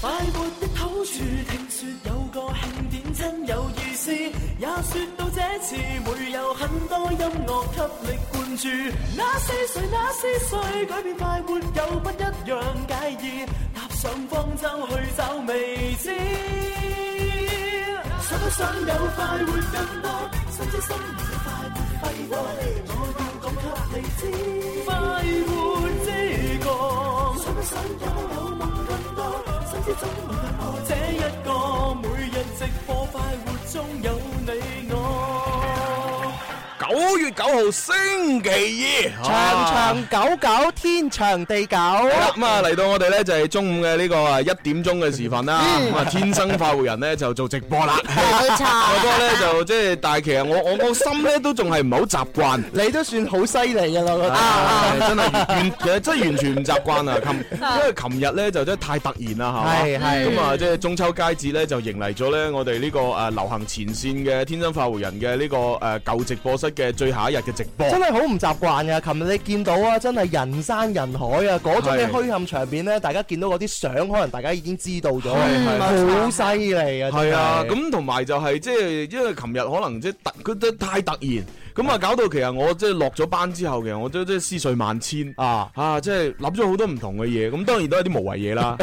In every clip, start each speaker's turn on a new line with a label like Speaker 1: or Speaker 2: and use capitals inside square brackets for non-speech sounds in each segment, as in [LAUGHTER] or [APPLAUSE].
Speaker 1: 快活的好處，聽說有個慶典真有意思，也說到這次會有很多音樂給力灌注。那是誰？那是誰？改變快活有不一樣介意，踏上方舟去找未知。想不想有快活更多？心知心意快活揮霍，我要講給你知。快活之歌，想不想有有夢更多？心知總會突破這一個，每日直播快活中有你我。
Speaker 2: 九月九號星期二，啊
Speaker 3: 長長久久，天長地久。
Speaker 2: 好啦，咁啊嚟到我哋咧就係中午嘅呢個啊一點鐘嘅時分啦，咁啊天生快活人咧就做直播啦。
Speaker 4: 冇錯
Speaker 2: 不過咧就即係，但係其實我我我心咧都仲係唔係好習慣。
Speaker 3: 你都算好犀利嘅啦，我覺得。
Speaker 2: 係真係完，其實真係完全唔習慣啊！琴因為琴日咧就真係太突然啦，係嘛？
Speaker 3: 係係
Speaker 2: 咁啊，即係中秋佳節咧就迎嚟咗咧我哋呢個誒流行前線嘅天生快活人嘅呢個誒舊直播室嘅最後一日嘅直播。
Speaker 3: 真係好唔習慣㗎，琴日你見到啊，真係人山人海啊，嗰種嘅
Speaker 2: 係
Speaker 3: 虛冚場面咧，大家見到嗰啲相，可能大家已經知道咗，
Speaker 2: 係
Speaker 3: 好犀利啊！
Speaker 2: 係啊，
Speaker 3: 真係
Speaker 2: 咁同埋就係即係因為琴日可能即係突佢都太突然，咁啊搞到其實我即係落咗班之後，其實我都即係思緒萬千。
Speaker 3: 啊，
Speaker 2: 啊！即係諗咗好多唔同嘅嘢，咁當然都係啲無謂嘢
Speaker 3: [LAUGHS]
Speaker 2: 啦。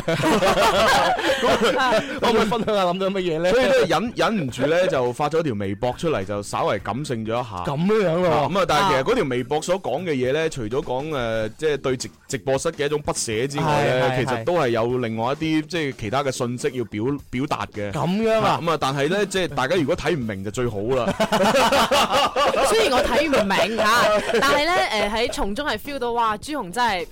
Speaker 3: 可唔可以分享下諗到乜嘢咧？
Speaker 2: 所以咧忍忍唔住咧，就發咗條微博出嚟，就稍微感性咗一下。
Speaker 3: 咁樣
Speaker 2: 啊
Speaker 3: 咯，
Speaker 2: 咁啊，但係其實嗰條微博所講嘅嘢咧，除咗講誒，即係對直直播室嘅一種不捨之外
Speaker 3: 係係
Speaker 2: 咧，
Speaker 3: 係
Speaker 2: 其實都係有另外一啲即係其他嘅信息要表表達嘅。
Speaker 3: 咁樣 [LAUGHS] 啊，
Speaker 2: 咁啊，但係咧，即係大家如果睇唔明就最好啦。
Speaker 4: 雖然我睇唔明嚇，但係咧誒喺從中係 feel 到哇，朱紅真係。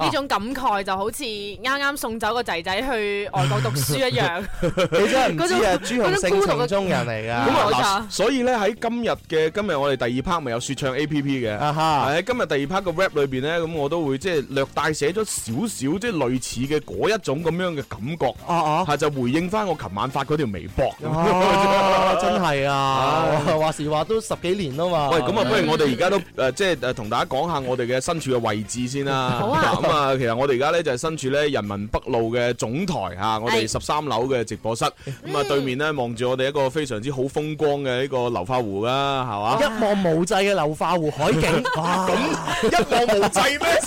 Speaker 4: 呢種感慨就好似啱啱送走個仔仔去外國讀書一樣， [LAUGHS]
Speaker 3: 你真係唔知啊，
Speaker 4: 嗰種
Speaker 3: 朱紅性情中人嚟
Speaker 2: 咁
Speaker 3: 㗎，
Speaker 2: 啊，
Speaker 4: 冇
Speaker 2: 嗱，
Speaker 4: 錯
Speaker 2: 所以咧喺今日嘅今日我哋第二 part 咪有說唱 A P P 嘅，
Speaker 3: 啊哈
Speaker 2: 係喺今日第二 part 嘅 rap 裏邊咧，咁我都會即係略帶寫咗少少即係類似嘅嗰一種咁樣嘅感覺，
Speaker 3: 哦哦。
Speaker 2: 係就回應翻我琴晚發嗰條微博。
Speaker 3: 哦，真係啊！話時話都十幾年啦
Speaker 2: [LAUGHS]
Speaker 3: 嘛。
Speaker 2: 喂，咁啊，不如我哋而家都誒，即係誒，同大家講下我哋嘅身處嘅位置先啦。
Speaker 4: 好啊
Speaker 2: 咁啊，其實我哋而家咧就係身處咧人民北路嘅總台嚇，我哋十三樓嘅直播室。咁啊，對面咧望住我哋一個非常之好風光嘅呢個流花湖啦，係嘛？
Speaker 3: 一望無際嘅流化湖
Speaker 2: [LAUGHS]
Speaker 3: 海景，哇！
Speaker 2: 一望無際 [LAUGHS] 咩？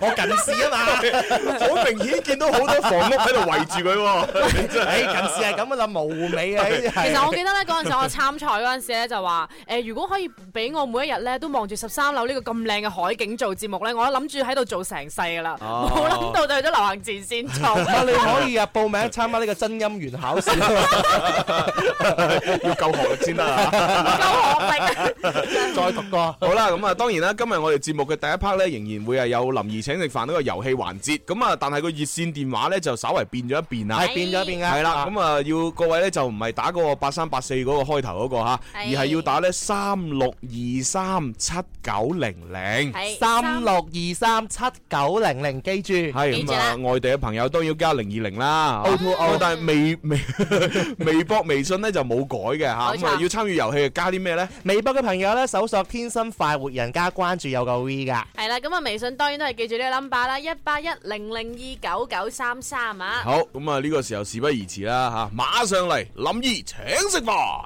Speaker 3: 我近視啊嘛，
Speaker 2: 好明顯見到好多房屋喺度圍住佢喎，你真係
Speaker 3: 唉，哎近視係咁噶啦，模糊美啊，呢啲
Speaker 4: 其
Speaker 3: 係
Speaker 4: 實我記得咧嗰陣時我參賽嗰陣時咧就話誒、如果可以俾我每一日咧都望住十三樓呢個咁靚嘅海景做節目咧，我諗住喺度做成世噶啦，
Speaker 2: 哦
Speaker 4: [LAUGHS] 冇諗、到就去咗流行前線做。
Speaker 3: 啊，你可以啊報名參加呢個真音源考試，
Speaker 2: [LAUGHS] [LAUGHS] 要夠學歷先得啊！
Speaker 4: 夠學歷，
Speaker 3: 再讀過。
Speaker 2: 好啦，咁啊，當然啦，今日我哋節目嘅第一 part 咧，仍然會係有林兒請食飯呢個遊戲環節。咁啊，但係個熱線電話咧就稍為變咗一變啦。
Speaker 3: 係變咗變㗎，
Speaker 2: 係啦，咁啊要各位咧就唔係打嗰個八三八四嗰個開頭嗰個吓，而係要打咧三六二三七九零零。
Speaker 4: 係
Speaker 3: 三六二三七九零零，記住
Speaker 2: 係
Speaker 4: 記
Speaker 2: 咁
Speaker 4: 住
Speaker 2: 啊，
Speaker 4: 啦
Speaker 2: 外地嘅朋友當然要加零二零啦。哦但係微 [LAUGHS] 微微博、微信咧就冇改嘅吓，
Speaker 4: 冇錯
Speaker 2: 咁啊要參與遊戲加啲咩咧？
Speaker 3: 微博嘅朋友咧，搜索天生快活人家，關注有個 V 㗎。
Speaker 4: 係啦，咁啊微信當然都係記住呢個 number 啦，一八一零零二九九三三啊。
Speaker 2: 好，咁啊呢個時候事不宜遲啦吓，馬上嚟林兒請食飯。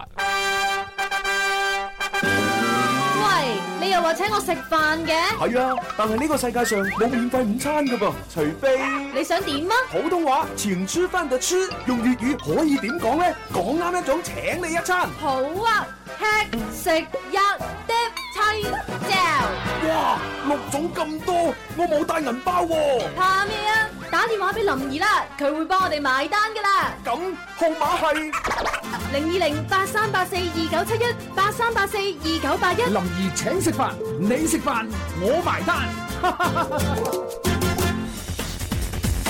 Speaker 5: 喂，你又話請我食飯嘅，
Speaker 6: 系啊，但系呢个世界上冇免费午餐噶噃，除非
Speaker 5: 你想點啊？
Speaker 6: 普通话前吃翻就吃，用粵語可以點講呢？講啱一種請你一餐，
Speaker 5: 好啊，吃食一碟青椒，
Speaker 6: 哇，六種咁多，我冇帶銀包喎、
Speaker 5: 怕咩啊？打電話俾林兒啦，佢會幫我哋埋單噶啦，
Speaker 6: 咁號碼係
Speaker 5: 零二零八三八四二九七一八三八四二九八一。
Speaker 6: 林兒請食飯，你食飯我埋單。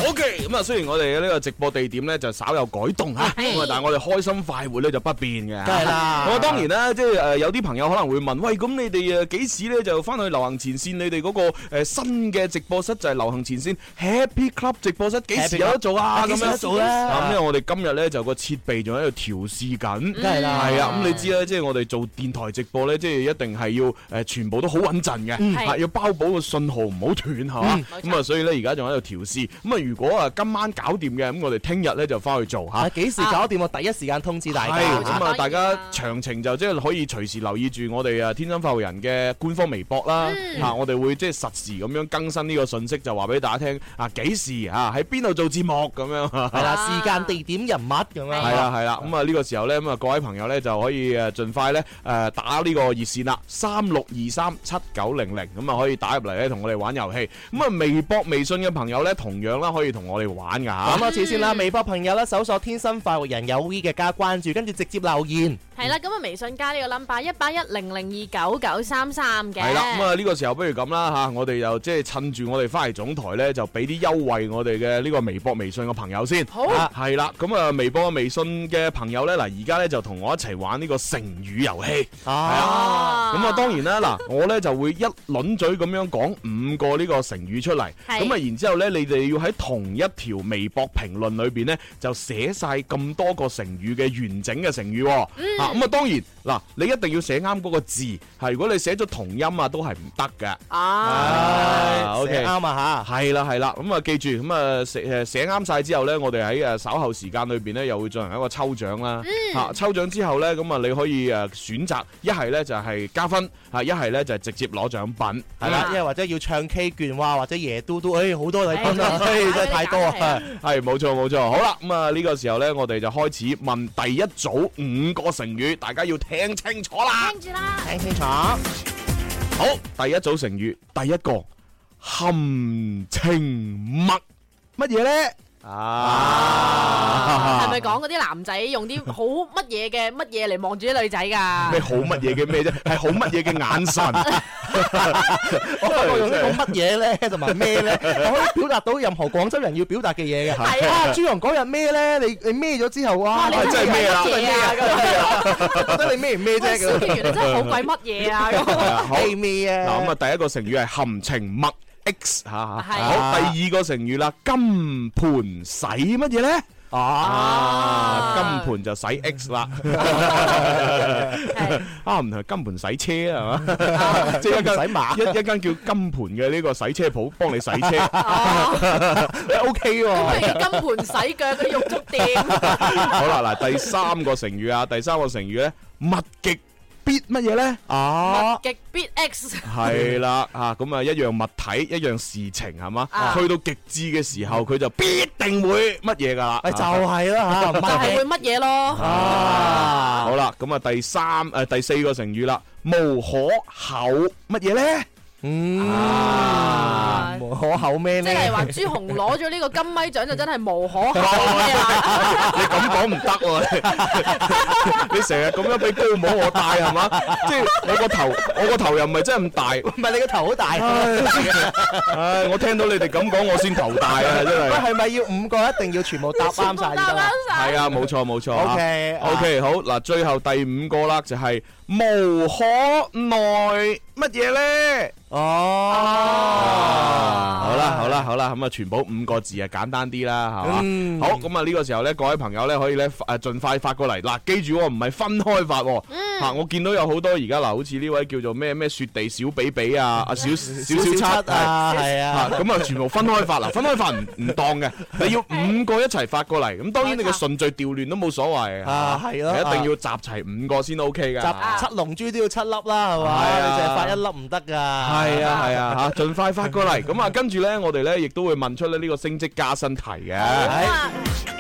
Speaker 2: OK，咁啊，雖然我哋嘅呢個直播地點咧就稍有改動嚇，咁啊，但係我哋開心快活咧就不變嘅。
Speaker 3: 梗係啦
Speaker 2: 咁啊，當然啦，即係誒有啲朋友可能會問，喂，咁你哋誒呃幾時咧就翻去流行前線？你哋嗰個誒新嘅直播室就係流行前線 Happy Club 直播室，幾時
Speaker 3: Happy
Speaker 2: 有得做啊？
Speaker 3: Club，
Speaker 2: 咁
Speaker 3: 幾時有
Speaker 2: 樣
Speaker 3: 得做咧
Speaker 2: 啊咁因為我哋今日咧就個設備仲喺度調試緊，
Speaker 3: 梗係啦
Speaker 2: 係啊，咁你知啦，即係我哋做電台直播咧，即係一定係要誒呃全部都好穩陣嘅，
Speaker 4: 係
Speaker 3: 嗯
Speaker 2: 啊要包保個信號唔好斷，係嘛？咁啊，所以咧而家仲喺度調試。咁啊，如果果啊今晚搞掂嘅，咁我哋聽日咧就翻去做吓。
Speaker 3: 啊，幾時搞掂我第一時間通知大家。
Speaker 2: 係咁啊！
Speaker 4: 啊
Speaker 2: 大家詳情就即係可以隨時留意住我哋啊天生發育人嘅官方微博啦，嚇我哋會即係實時咁樣更新呢個信息，就話俾大家聽啊幾時啊喺邊度做節目咁樣
Speaker 3: [LAUGHS]
Speaker 2: 啊。
Speaker 3: 係啦，
Speaker 4: 啊
Speaker 3: 時間、地點、人物咁樣。
Speaker 2: 係啦係啦，咁啊呢個時候呢，咁啊各位朋友呢，就可以誒盡快呢，誒打呢個熱線啦，三六二三七九零零，咁啊可以打入嚟呢，同我哋玩遊戲。咁啊微博、微信嘅朋友呢，同樣啦可以同我哋玩㗎嚇
Speaker 3: 講。多次啊先啦，微博朋友咧搜索天生快活人有 V 嘅加關注，跟住直接留言。
Speaker 4: 系啦，咁啊微信加呢個 number 一八一零零二九九三三嘅。
Speaker 2: 係啦，咁啊呢個時候不如咁啦嚇，我哋又即係趁住我哋翻嚟總台呢，就俾啲優惠我哋嘅呢個微博、微信嘅朋友先。
Speaker 4: 好
Speaker 2: 啊係啦，咁啊微博、微信嘅朋友呢，嗱而家呢，就同我一齊玩呢個成語遊戲。
Speaker 3: 啊，
Speaker 4: 啊
Speaker 2: 咁啊，當然啦，嗱，我咧就會一輪嘴咁樣講五個呢個成語出嚟，
Speaker 4: 係
Speaker 2: 咁啊，然之後咧，你哋要喺同一條微博評論裏邊咧，就寫晒咁多個成語嘅完整嘅成語喎。啊，咁啊，當然嗱，你一定要寫啱嗰個字，係如果你寫咗同音啊，都係唔得嘅。
Speaker 4: 啊，
Speaker 2: 啊
Speaker 3: 寫啱啊
Speaker 2: 係啦係啦，咁啊記住，咁啊寫誒寫啱晒之後呢，我哋喺誒稍後時間裏邊呢，又會進行一個抽獎啦。嚇抽獎之後呢，咁啊你可以誒選擇一係呢就係加分，嚇一係呢就係直接攞獎品，
Speaker 3: 嚇，係
Speaker 2: 係
Speaker 3: 啦
Speaker 2: 啦。，
Speaker 3: 因為或者要唱 K 券哇，或者夜嘟嘟，誒好多禮品啊，
Speaker 4: 哎
Speaker 3: 唉真係太多
Speaker 4: 哎
Speaker 3: 啊！
Speaker 2: 係冇錯冇錯，好啦，咁啊呢個時候呢，我哋就開始問第一組五個成語，大家要聽清楚啦。
Speaker 5: 聽住啦，
Speaker 3: 聽清楚，
Speaker 2: 好，第一組成語，第一個含情脈，乜嘢呢？啊
Speaker 4: 係咪講嗰啲男仔用啲好乜嘢嘅乜嘢嚟望住啲女仔
Speaker 2: [LAUGHS]
Speaker 4: 㗎？
Speaker 2: 咩好乜嘢嘅咩啫？係好乜嘢嘅眼 [LAUGHS] 神？
Speaker 3: 我用
Speaker 2: 真係
Speaker 3: 呢個乜嘢咧，同埋咩咧，我可以表達到任何廣州人要表達嘅嘢嘅
Speaker 4: 係
Speaker 3: 嚇。
Speaker 4: 啊
Speaker 3: 啊，朱紅嗰日咩咧？你你咩咗之後哇，
Speaker 4: 哇你
Speaker 2: 真係咩啊
Speaker 4: 乜嘢啊？咁
Speaker 3: 覺得你咩唔咩
Speaker 4: 喂，
Speaker 3: 啫？
Speaker 4: 小
Speaker 3: 咁
Speaker 4: 團員你真係好鬼乜嘢
Speaker 2: [LAUGHS]
Speaker 4: 啊？咁
Speaker 2: 係啊好
Speaker 3: 你咩
Speaker 2: 嗱
Speaker 3: 啊？
Speaker 2: 咁啊，第一個成語係含情脈 X 嚇嚇，
Speaker 4: 係
Speaker 2: 好第二個成語啦，金盤洗乜嘢咧？啊，
Speaker 4: 啊
Speaker 2: 金盤就洗 X [LAUGHS] 啦，啊唔係
Speaker 4: 係
Speaker 2: 金盤洗車啊係嘛？ [LAUGHS] 即係一間
Speaker 3: 洗馬
Speaker 2: 一一間叫金盤嘅呢個洗車鋪幫你洗車。 [LAUGHS]
Speaker 4: 哦，
Speaker 3: O K
Speaker 4: 咁
Speaker 3: 喎，
Speaker 4: 咪叫金盆洗腳嗰啲肉
Speaker 2: [LAUGHS]
Speaker 4: 粥店。
Speaker 2: 好啦，嗱第三個成語啊，第三個成語咧，物極必乜嘢咧？
Speaker 3: 啊
Speaker 4: 物。極必 X，
Speaker 2: 係啦，啊咁啊一樣物體，一樣事情係嘛，
Speaker 4: 啊
Speaker 2: 去到極致嘅時候，佢就必定會乜嘢㗎啦。
Speaker 3: 哎咪就係啦
Speaker 4: 就係會
Speaker 3: 嚇，
Speaker 4: 乜嘢咯？
Speaker 2: 啊
Speaker 3: 啊，
Speaker 2: 好啦，咁啊第三诶、第四個成語啦，無可厚乜嘢咧？
Speaker 3: 嗯，無可厚咩
Speaker 4: 即
Speaker 3: 呢？
Speaker 4: 係話朱紅攞咗呢個金咪獎就真係無可厚
Speaker 2: [LAUGHS]
Speaker 4: 非啦。
Speaker 2: 你咁講唔得喎！ [LAUGHS] 你你成日咁樣俾高帽我戴係嘛？即係我個頭，我個頭又唔係真係咁大。
Speaker 3: 唔係你個頭好大，
Speaker 2: 唉，我聽到你哋咁講，我先頭大啊！真
Speaker 3: 喂
Speaker 2: 係。
Speaker 3: 係咪要五個一定要全部答啱晒先得啦
Speaker 2: 係啊，冇錯冇錯。啊
Speaker 3: ？OK
Speaker 2: OK，好嗱，最後第五個啦，就係無可奈乜嘢咧？啊
Speaker 3: 哦，
Speaker 2: 好啦，好啦，好啦，咁啊，全部五個字啊，簡單啲啦，係嘛？
Speaker 3: 嗯
Speaker 2: 好，咁啊，呢個時候咧，各位朋友咧，可以咧，誒，盡快發過嚟。嗱，記住喎，唔係分開發喎。嚇，我見到有好多而家嗱，好似呢位叫做咩咩雪地小比比啊，啊小小小七
Speaker 3: 小
Speaker 2: 係
Speaker 3: 啊，係
Speaker 2: 啊，
Speaker 3: 啊，
Speaker 2: 咁啊，全部分開發 [LAUGHS] 嗱，分開發唔唔當嘅，你要五個一齊發過嚟，咁當然你嘅順序調亂都冇所謂
Speaker 3: 啊係咯
Speaker 2: 你一定要集齊五個先 OK 㗎。
Speaker 3: 集七龍珠都要七粒啦，啊係
Speaker 2: 係
Speaker 3: 嘛？
Speaker 2: 啊
Speaker 3: 你淨係發一粒唔得㗎。
Speaker 2: 係啊係啊嚇，盡快發 [LAUGHS] 過嚟。咁啊，跟住咧，我哋咧亦都會問出咧呢個升職加薪題嘅。
Speaker 3: 係。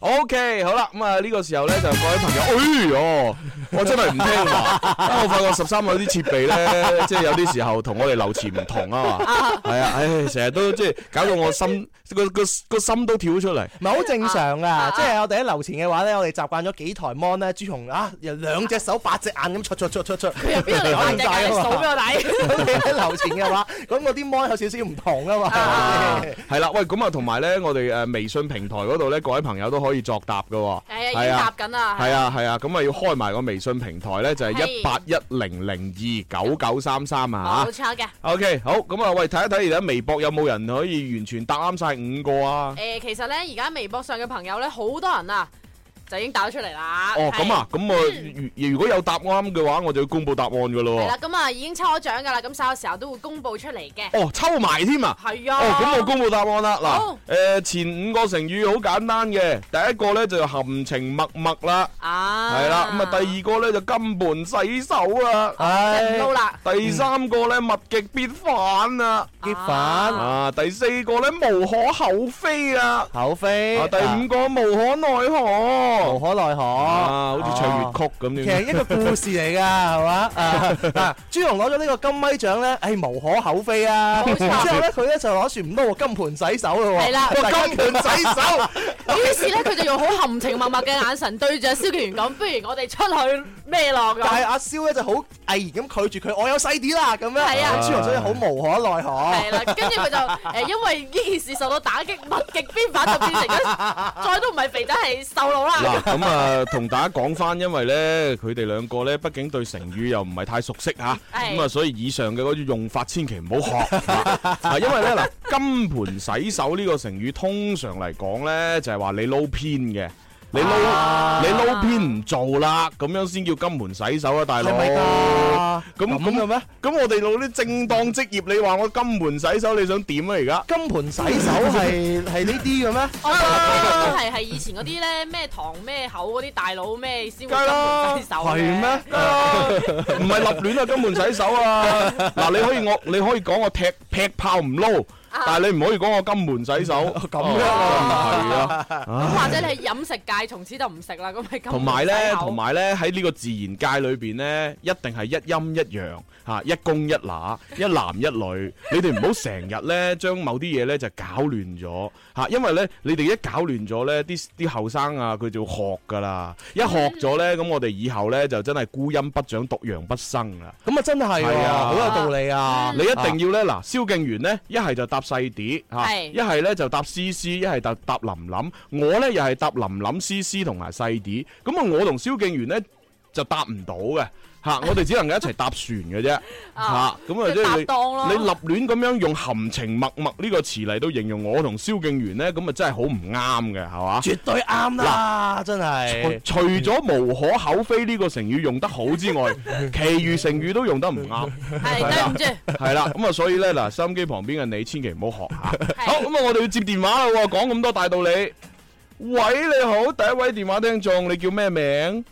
Speaker 2: OK，好啦，咁啊呢個時候咧就各位朋友，哎呦，我真係唔聽話，啊我發覺十三樓啲設備咧， [LAUGHS] 即係有啲時候同我哋流詞唔同啊嘛，係啊，唉，成日都即係搞到我心個個個心都跳出嚟。
Speaker 3: 唔係好正常
Speaker 4: 啊
Speaker 3: 噶，即係我哋喺樓前嘅話咧，我哋習慣咗幾台 mon 咧，朱紅啊，由兩隻手八隻眼咁戳戳戳戳戳，
Speaker 4: 佢由邊度嚟扮隻眼數俾我睇？
Speaker 3: 咁你喺樓前嘅話，啊咁我啲 mon 有少少唔同啊嘛。
Speaker 4: 啊
Speaker 2: [LAUGHS] 係啦，喂，咁啊，同埋咧，我哋誒微信平台嗰度咧，各位朋友都可以作答嘅喎。
Speaker 4: 係啊，已經答緊啦。
Speaker 2: 係啊係啊，咁啊要開埋個微信平台咧，就係一
Speaker 4: 係
Speaker 2: 八一零零二九九三三啊
Speaker 4: 冇錯哦嘅。
Speaker 2: O、k 好，咁啊，喂，睇一睇而家微博有冇人可以完全答啱晒五個啊？
Speaker 4: 誒，其實咧，而家微博上嘅朋友咧，好多人啊，就已經打咗出嚟啦。
Speaker 2: 哦，咁啊，咁我
Speaker 4: 嗯
Speaker 2: 如如果有答啱嘅話，我就要公布答案噶
Speaker 4: 係，係
Speaker 2: 咯
Speaker 4: 啦，咁啊已經抽咗獎㗎啦，咁稍有時候都會公佈出嚟嘅。
Speaker 2: 喎。哦，抽埋添啊！
Speaker 4: 係啊。
Speaker 2: 哦，咁我公布答案啦。嗱
Speaker 4: 好，
Speaker 2: 誒前五個成語好簡單嘅，第一個咧就含情脈脈啦，
Speaker 4: 啊。
Speaker 2: 係啦。咁啊第二個咧就金盆洗手啦，
Speaker 3: 唉，
Speaker 4: 啊就唔撈啦。
Speaker 2: 第三個咧物極必反啊，
Speaker 3: 結
Speaker 4: 啊
Speaker 3: 飯
Speaker 2: 啊第四個咧無可厚非啊，
Speaker 3: 口飛
Speaker 2: 啊第五個無可奈
Speaker 3: 無
Speaker 2: 何。
Speaker 3: 可啊奈何，
Speaker 2: 啊，好似唱粵曲咁
Speaker 3: 其
Speaker 2: 樣。
Speaker 3: 實一個故事嚟㗎，係嘛？啊嗱，朱紅攞咗呢個金咪獎咧，誒無可厚非啊！
Speaker 4: 冇錯
Speaker 3: 之後咧，佢咧就攞住唔多個金盆洗手咯喎。
Speaker 4: 係啦
Speaker 3: 哇
Speaker 2: 金盆洗
Speaker 4: [LAUGHS]
Speaker 2: 手。
Speaker 4: 於是咧，佢就用好含情脈脈嘅眼神對住阿蕭敬元講：不如我哋出去咩咯
Speaker 3: 但係
Speaker 4: 咁。
Speaker 3: 阿蕭咧就好毅然咁拒絕佢，我有細啲啦咁樣。
Speaker 4: 係啊
Speaker 3: 朱紅所以好無可奈
Speaker 4: 係
Speaker 3: 何。
Speaker 4: 啦，跟住佢就
Speaker 2: [LAUGHS]
Speaker 4: 誒，因為呢件事受到打擊，物極必反，就變成
Speaker 2: [LAUGHS]
Speaker 4: 咗再都唔係肥仔，係瘦佬啦。
Speaker 2: 嗱，咁啊，同大家講翻，因為咧，佢哋兩個咧，畢竟對成語又唔係太熟悉吓，
Speaker 4: 係
Speaker 2: 咁啊，所以以上嘅嗰啲用法千祈唔好學啊，因為咧嗱，金盆洗手呢個成語通常嚟講咧，就係話你撈偏嘅。你撈
Speaker 3: 啊
Speaker 2: 你撈偏唔做啦，咁樣先叫金盆洗手啊，大佬。
Speaker 3: 係咪㗎？
Speaker 2: 咁
Speaker 3: 咁嘅咩？
Speaker 2: 咁我哋攞啲正當職業，你話我金盆洗手，你想點啊？而家
Speaker 3: 金盆洗手係係呢啲嘅咩？
Speaker 2: [LAUGHS]
Speaker 4: 我覺得哦都係係以前嗰啲咧咩堂咩口嗰啲大佬咩先會咁洗手嘅
Speaker 3: 係咩？？
Speaker 4: [LAUGHS]
Speaker 2: 唔係立亂啊，金盆洗手啊！嗱，你可以我你可以講我踢劈炮唔撈，
Speaker 4: 啊
Speaker 2: 但係你唔可以講我金盆洗手
Speaker 4: [LAUGHS]
Speaker 2: 咁
Speaker 3: 樣
Speaker 2: 係啊！
Speaker 4: 咁或者你係飲食界從此就唔食啦，咁
Speaker 2: [LAUGHS]
Speaker 4: 咪咁
Speaker 2: 同埋咧，同埋咧喺呢個自然界裏邊咧，一定係一陰一陽嚇，一公一乸，一男一女。你哋唔好成日咧將某啲嘢咧就搞亂咗嚇，因為咧你哋一搞亂咗咧，啲啲後生啊佢就學㗎啦，一學咗咧咁我哋以後咧就真係孤陰不長，獨陽不生啦。
Speaker 3: 咁啊真係
Speaker 2: 係
Speaker 3: 喎，
Speaker 2: 啊
Speaker 3: 好有道理啊！
Speaker 2: 你一定要咧，嗱，蕭敬元咧，一係就搭細碟嚇，
Speaker 4: 係
Speaker 2: 一係咧就搭 C C，一係就搭林林。我咧又係搭林林 C C 同埋細碟，咁啊，我同蕭敬元咧就搭唔到嘅
Speaker 4: [LAUGHS]
Speaker 2: 嚇，我哋只能夠一齊搭船嘅啫嚇。
Speaker 4: 啊
Speaker 2: 咁啊，即係
Speaker 4: 即係搭檔咯
Speaker 2: 你你立亂咁樣用含情脈脈呢個詞嚟到形容我同蕭敬元咧，咁啊真係好唔啱嘅，係
Speaker 4: [LAUGHS]
Speaker 2: 嘛？
Speaker 3: 絕對啱啦，真係。
Speaker 2: 除咗無可厚非呢個成語用得好之外， [LAUGHS] 其餘成語都用得唔啱。
Speaker 4: 係對唔住，
Speaker 2: 系啦，咁啊，所以咧嗱，收音機旁邊嘅你千祈唔好學下。
Speaker 4: 係
Speaker 2: 好，咁啊，我哋要接電話啦喎，講咁多大道理。喂，你好，第一位電話聽眾，你叫咩名？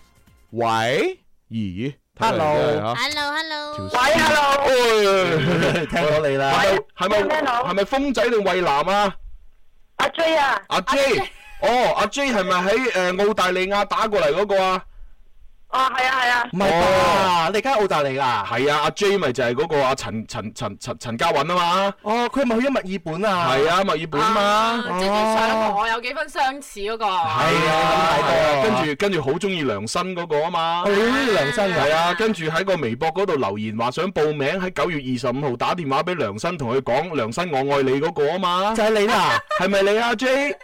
Speaker 2: 喂，咦睇嚟
Speaker 3: Hello
Speaker 2: 真係嚇
Speaker 5: Hello Hello，
Speaker 2: 條線喂
Speaker 3: 聽到你啦，
Speaker 2: 係咪係咪係咪風仔定蔚藍啊？
Speaker 7: 阿 J 啊，
Speaker 2: 阿 J，哦，阿 J 係咪喺诶澳大利亞打過嚟嗰個啊？
Speaker 1: À,
Speaker 7: 哦係啊係啊，
Speaker 3: 唔係吧？哦你而家喺澳大利亞？
Speaker 2: 係啊，阿 J 咪就係嗰個阿陳陳陳陳陳嘉韻啊嘛，
Speaker 3: 哦，佢係咪去咗墨爾本啊？
Speaker 2: 係啊，墨哦爾本嘛。
Speaker 4: 啊即係同上一個我有幾分相似嗰個。
Speaker 2: 係啊，
Speaker 3: 係啊
Speaker 7: 哦
Speaker 2: 跟住跟住好中意梁生嗰個啊嘛。
Speaker 3: 誒，良心
Speaker 2: 係啊，跟住喺個微博嗰度留言話想報名，喺九月二十五號打電話俾梁生，同佢講梁生我愛你嗰個啊嘛
Speaker 3: 就，係你啦。
Speaker 2: [LAUGHS] 係咪你啊 J？唔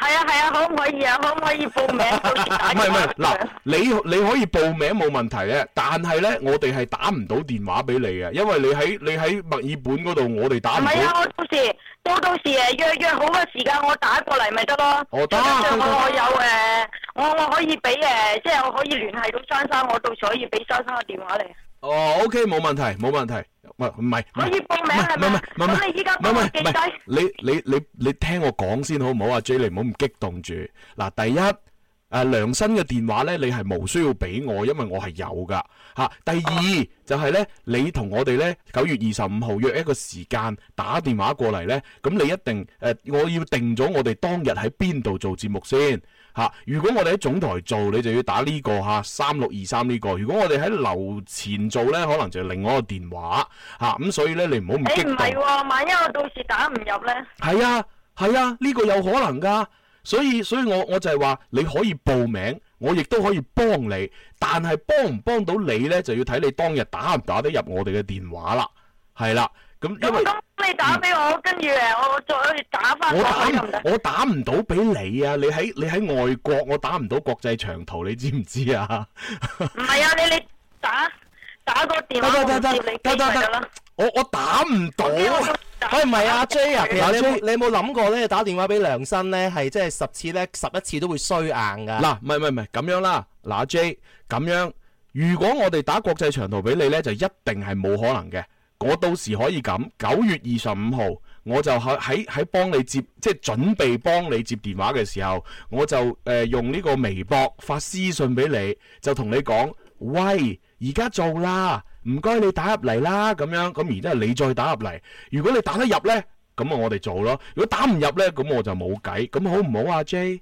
Speaker 7: [LAUGHS] 係啊係啊，可唔可以啊？可唔可以報名？唔
Speaker 2: 係唔係，嗱，你你可以報名冇問題嘅，但係呢，我哋係打唔到電話俾你嘅，因為你喺你喺墨爾本嗰度，我哋打
Speaker 7: 唔
Speaker 2: 唔
Speaker 7: 係啊，
Speaker 2: 到。
Speaker 7: 我到時到到時誒約約好嘅時間，我打過嚟咪得咯。
Speaker 2: 我得
Speaker 7: 加上我我有誒，我我可以俾誒，即係我可以聯繫到珊珊，我到時可以俾珊珊個電話嚟。
Speaker 2: 哦，OK，冇問題，冇問題。唔係唔係，唔
Speaker 7: 可
Speaker 2: 係
Speaker 7: 以報名係咪？
Speaker 2: 唔係唔係
Speaker 7: 咁你依家
Speaker 2: 唔係
Speaker 7: 幫
Speaker 2: 唔
Speaker 7: 我
Speaker 2: 係
Speaker 7: 記
Speaker 2: 唔係
Speaker 7: 低。
Speaker 2: 你你你你聽我講先好唔好啊？J 你唔好咁激動住。嗱，第一。誒梁生嘅電話咧，你係無需要俾我，因為我係有噶嚇、第二就係咧，你同我哋咧九月二十五號約一個時間打電話過嚟咧，咁你一定誒、呃我要定咗我哋當日喺邊度做節目先嚇、如果我哋喺總台做，你就要打呢、個嚇三六二三呢個；如果我哋喺樓前做咧，可能就另外一個電話嚇。咁、所以咧，你唔好咁激
Speaker 7: 誒
Speaker 2: 動。
Speaker 7: 唔係喎，萬一我到時打唔入咧？
Speaker 2: 係啊，係啊，呢、個有可能噶。所以，所以我我就係話，你可以報名，我亦都可以幫你，但係幫唔幫到你呢，就要睇你當日打唔打得入我哋嘅電話啦。係啦，咁因為
Speaker 7: 咁咁你打俾我，跟住誒我再打翻
Speaker 2: 我
Speaker 7: 過
Speaker 2: 打
Speaker 7: 去得唔得
Speaker 2: 唔？我打唔到俾你啊！你喺你喺外國，我打唔到國際長途，你知唔知啊？
Speaker 7: 唔係啊，你你打打個電
Speaker 2: 得
Speaker 7: 話
Speaker 2: 得得
Speaker 7: 我接你機咪得啦。
Speaker 2: 我我打唔到
Speaker 7: 因為我
Speaker 2: 啊！
Speaker 7: 打搞。
Speaker 3: 喂，唔係啊，J à? 啊，其
Speaker 2: 嗱
Speaker 3: 實你有
Speaker 2: J-
Speaker 3: 冇你有冇諗過咧？打電話俾梁生咧，係即係十次咧，十一次都會衰硬噶。
Speaker 2: 嗱，唔係唔係唔係咁樣啦，嗱阿 J 咁樣，如果我哋打國際長途俾你呢，就一定係冇可能嘅。我到時可以咁，九月二十五號我就喺喺喺幫你接，即係準備幫你接電話嘅時候，我就誒、呃用呢個微博發私信俾你，就同你講，喂，而家做啦，唔該你打入嚟啦，咁樣，咁然之後你再打入嚟，如果你打得入呢，咁啊我哋做咯，如果打唔入呢，咁我就冇計，咁好唔好啊 J？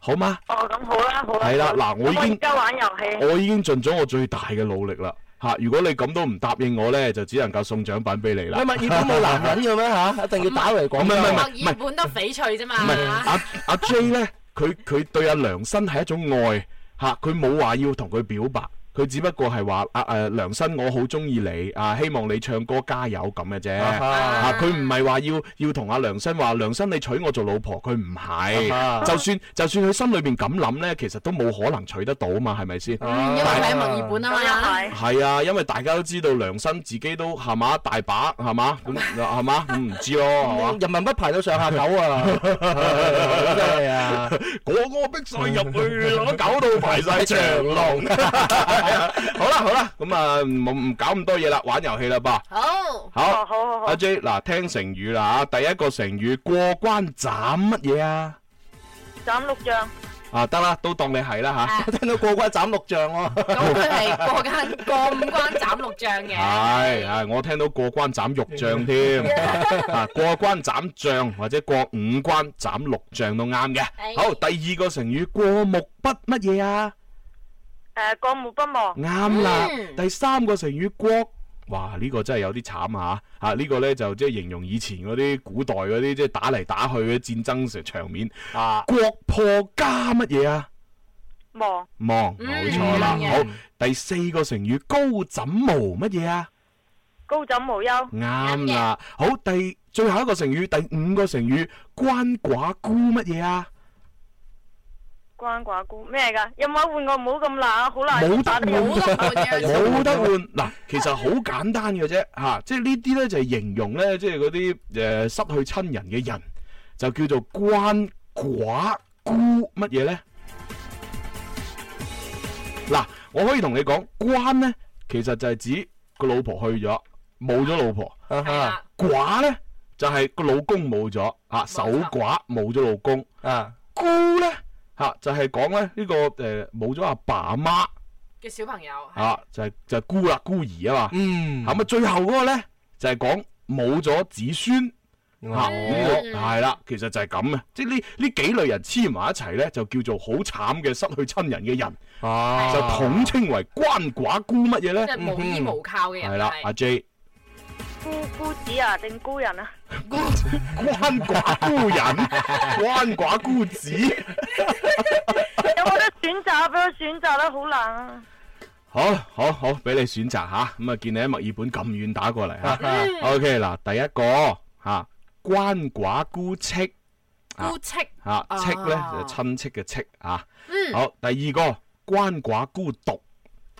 Speaker 2: 好嗎？
Speaker 7: 哦，咁好啦，好啦。
Speaker 2: 係啦
Speaker 7: 好
Speaker 2: 嗱我已
Speaker 7: 咁
Speaker 2: 經
Speaker 7: 而家玩遊戲。
Speaker 2: 我已經盡咗我最大嘅努力啦。吓，如果你咁都唔答應我呢，就只能夠送獎品俾你啦
Speaker 3: 你。墨爾本冇男人嘅咩吓？一定要打嚟講
Speaker 2: 唔係唔係唔係
Speaker 4: 墨
Speaker 3: 㗎。
Speaker 4: 爾本得翡翠啫嘛
Speaker 2: 唔。係阿阿 J 呢，佢佢对阿梁生係一種愛吓，佢冇話要同佢表白，佢只不過係話阿诶梁生，我好中意你啊，希望你唱歌加油咁嘅啫。啊！佢唔係話要要同阿梁生話，梁生你娶我做老婆，佢唔
Speaker 3: 啊
Speaker 2: 係。就算就算佢心裏边咁諗呢，其實都冇可能娶得到嘛，係咪先？
Speaker 4: 嗯因為佢喺墨爾本啊
Speaker 7: 咁又
Speaker 4: 嘛。
Speaker 7: 係。
Speaker 2: 係啊，因為大家都知道梁生自己都係嘛大把係嘛咁係嘛，咁唔知咯係嘛。
Speaker 3: 哦人民不排到上下九啊！ [LAUGHS]
Speaker 2: [LAUGHS]
Speaker 3: 真係啊！
Speaker 2: 個個逼晒入去，攞搞到排晒長龍。係啊好啦好啦，咁啊唔唔搞咁多嘢啦，玩遊戲啦噃。
Speaker 4: 好，
Speaker 7: 哦，好
Speaker 2: 好，
Speaker 7: 好好
Speaker 2: 阿。J 嗱，聽成語啦啊嚇，第一個成語過關斬乜嘢啊？
Speaker 7: 斬六將。
Speaker 2: 啊得啦，都當你係啦嚇。
Speaker 3: 我聽到過關斬六將喎。
Speaker 4: 咁佢
Speaker 2: [LAUGHS]
Speaker 4: 係過間過五關斬六將嘅。
Speaker 2: 係啊，我聽到過關斬肉
Speaker 4: 嗯
Speaker 2: 醬添，
Speaker 4: [LAUGHS]
Speaker 2: 啊過關斬將或者過五關斬六將都啱嘅。
Speaker 4: 哎
Speaker 2: 好，第二個成語過目不乜嘢啊？
Speaker 7: 誒，過目不忘。
Speaker 2: 啱啦。
Speaker 4: 嗯
Speaker 2: 第三個成語國。哇！呢、個真係有啲慘嚇嚇，呢、個呢就即係形容以前嗰啲古代嗰啲即係打嚟打去嘅戰爭成場面。
Speaker 3: 啊！
Speaker 2: 國破家乜嘢啊？
Speaker 7: 忘。
Speaker 2: 望，冇錯啦。
Speaker 4: 嗯
Speaker 2: 好，第四個成語高枕無乜嘢啊？
Speaker 7: 高枕無憂。
Speaker 2: 啱啦，好，第最後一個成語，第五個成語關寡孤乜嘢啊？
Speaker 7: 關寡姑咩㗎？有冇得換我唔好咁難，好難。
Speaker 2: 冇得換
Speaker 4: 啊冇得換
Speaker 2: [LAUGHS]
Speaker 4: 嘅。
Speaker 2: 冇得換嗱，其實好簡單嘅啫吓，即係呢啲咧就係形容咧，即係嗰啲诶失去親人嘅人，就叫做關寡孤乜嘢咧？嗱，我可以同你講，關咧其實就係指個老婆去咗，冇咗老婆。
Speaker 3: 啊
Speaker 4: 係
Speaker 3: 哈
Speaker 4: 啦
Speaker 2: 寡咧就係個老公冇咗啊，守寡冇咗老公。
Speaker 3: [LAUGHS] 啊！
Speaker 2: 孤咧吓、就係講咧呢個诶冇咗阿爸阿媽
Speaker 4: 嘅小朋友。
Speaker 2: 啊，就係就係孤啦孤兒啊嘛。
Speaker 3: 嗯
Speaker 2: 咁啊、最後嗰個咧就係講冇咗子孫吓，呢個係啦，其實就係咁啊，即係呢呢幾類人黐埋一齊咧，就叫做好慘嘅失去親人嘅人，
Speaker 4: 嗯
Speaker 3: 啊
Speaker 2: 就統稱為關寡孤乜嘢
Speaker 4: 即
Speaker 2: 咧？
Speaker 4: 係無依無靠嘅
Speaker 2: 嗯係
Speaker 4: 人
Speaker 2: 啦，啊阿 J
Speaker 7: 姑姑子啊，定姑人啊？
Speaker 2: 關寡孤人，關寡孤子。
Speaker 7: 有冇得選擇？俾我選擇啦，好難啊！
Speaker 2: 好好好，俾你選擇吓，咁啊見你喺墨爾本咁遠打過
Speaker 3: 哦
Speaker 2: 嚟
Speaker 3: 啊
Speaker 2: 吓。OK
Speaker 4: 嗯
Speaker 2: 嗱，第一個吓關寡姑戚啊
Speaker 4: 孤戚。
Speaker 2: 吓，
Speaker 4: 啊
Speaker 2: 戚咧就親戚嘅戚啊。
Speaker 4: 嗯
Speaker 2: 好，第二個關寡孤獨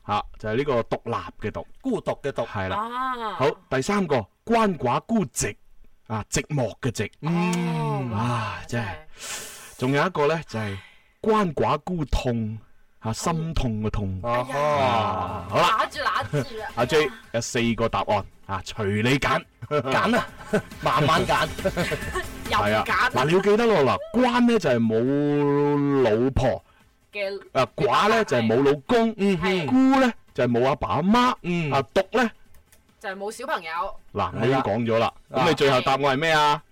Speaker 2: 吓，就係呢個獨立嘅獨，
Speaker 3: 孤獨嘅獨。
Speaker 2: 係啦。
Speaker 4: 啊。
Speaker 2: 好，第三個關寡孤寂啊，寂寞嘅寂。
Speaker 4: 嗯，
Speaker 2: 啊，真係。仲有一個咧就係關寡孤痛吓，心痛嘅痛。
Speaker 3: 啊
Speaker 4: 哎
Speaker 3: 哈！
Speaker 2: 啊，好啦。
Speaker 4: 拿住拿住啊！
Speaker 2: 阿 J 有四個答案啊，隨你揀，
Speaker 3: 揀啊， [LAUGHS] 慢慢揀。
Speaker 4: 又
Speaker 2: 係啊，嗱
Speaker 4: 揀
Speaker 2: 你要記得咯，嗱關咧就係冇老婆，
Speaker 4: 嘅
Speaker 2: 啊寡咧就係冇老公，嗯
Speaker 3: [LAUGHS]
Speaker 4: 係
Speaker 2: 姑咧就係冇阿爸阿媽，
Speaker 3: 嗯
Speaker 2: 啊獨咧
Speaker 4: 就係冇小朋友。
Speaker 2: 嗱我已經講咗啦，
Speaker 3: 啊
Speaker 2: 咁你最後答案係咩啊？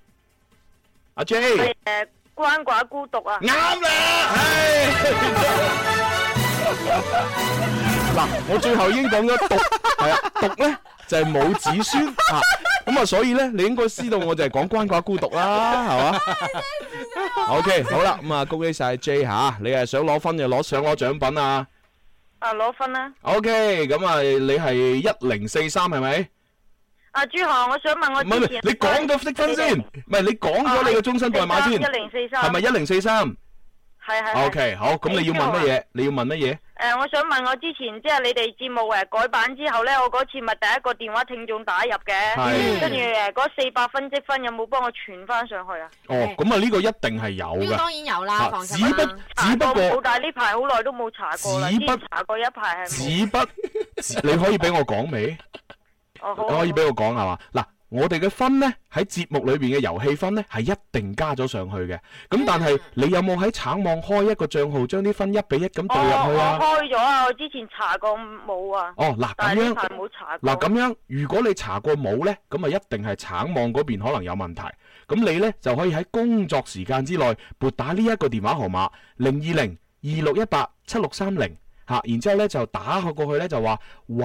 Speaker 2: 阿 J
Speaker 7: 誒，關寡孤獨啊！
Speaker 2: 啱啦，唉嗱我最後已經講咗獨，係啊獨咧就係冇子孫啊。咁啊，所以咧，你應該知道我就係講關寡孤獨啦，係嘛？O K，好啦，咁啊，恭喜晒 J 吓，你係想攞分就攞想攞獎品啊
Speaker 7: 啊，攞分啦！
Speaker 2: ？O K，咁啊，你係一零四三係咪？
Speaker 7: 啊，朱航，我想問我
Speaker 2: 唔係唔係
Speaker 7: 之前，
Speaker 2: 你講咗積分先，唔係你講
Speaker 7: à,
Speaker 2: 咗你嘅終身代碼先
Speaker 7: 一，零四三
Speaker 2: 係咪一零四三
Speaker 7: 係係係
Speaker 2: ？O K，好，咁你要問乜嘢？你要問乜嘢？
Speaker 7: 诶、呃我想問我之前即係你哋節目诶改版之後呢，我嗰次咪第一個電話聽眾打入
Speaker 2: 係
Speaker 7: 嘅，跟住诶嗰四百分積分有冇幫我傳翻上去啊？
Speaker 2: 哦，咁啊呢個一定係有
Speaker 4: 呢個
Speaker 2: 嘅，
Speaker 4: 當然有啦，
Speaker 2: 啊
Speaker 4: 放
Speaker 2: 只
Speaker 4: 心
Speaker 2: 不
Speaker 4: 啦。
Speaker 2: 只不
Speaker 7: 查過冇
Speaker 2: 過
Speaker 7: 但係呢啊排好耐都冇查過啦，
Speaker 2: 只
Speaker 7: 之
Speaker 2: 不
Speaker 7: 前查過一排係冇。
Speaker 2: 只不只你可以俾我講未？
Speaker 7: 哦，好
Speaker 2: 你
Speaker 7: 啊
Speaker 2: 可以俾我講係嘛？嗱。我哋嘅分呢，喺節目裏邊嘅遊戲分呢，係一定加咗上去嘅。
Speaker 4: 嗯
Speaker 2: 咁但係你有冇喺橙網開一個帳號，將啲分一比一咁對入去啊？
Speaker 7: 哦我開咗啊，我之前查過冇啊，
Speaker 2: 哦，嗱咁
Speaker 7: 但係呢
Speaker 2: 樣
Speaker 7: 排。冇查過。
Speaker 2: 嗱咁樣，如果你查過冇呢，咁啊一定係橙網嗰邊可能有問題。咁你呢，就可以喺工作時間之內撥打呢一個電話號碼零二零二六一八七六三零嚇，然之後呢，就打過去呢，就話：喂，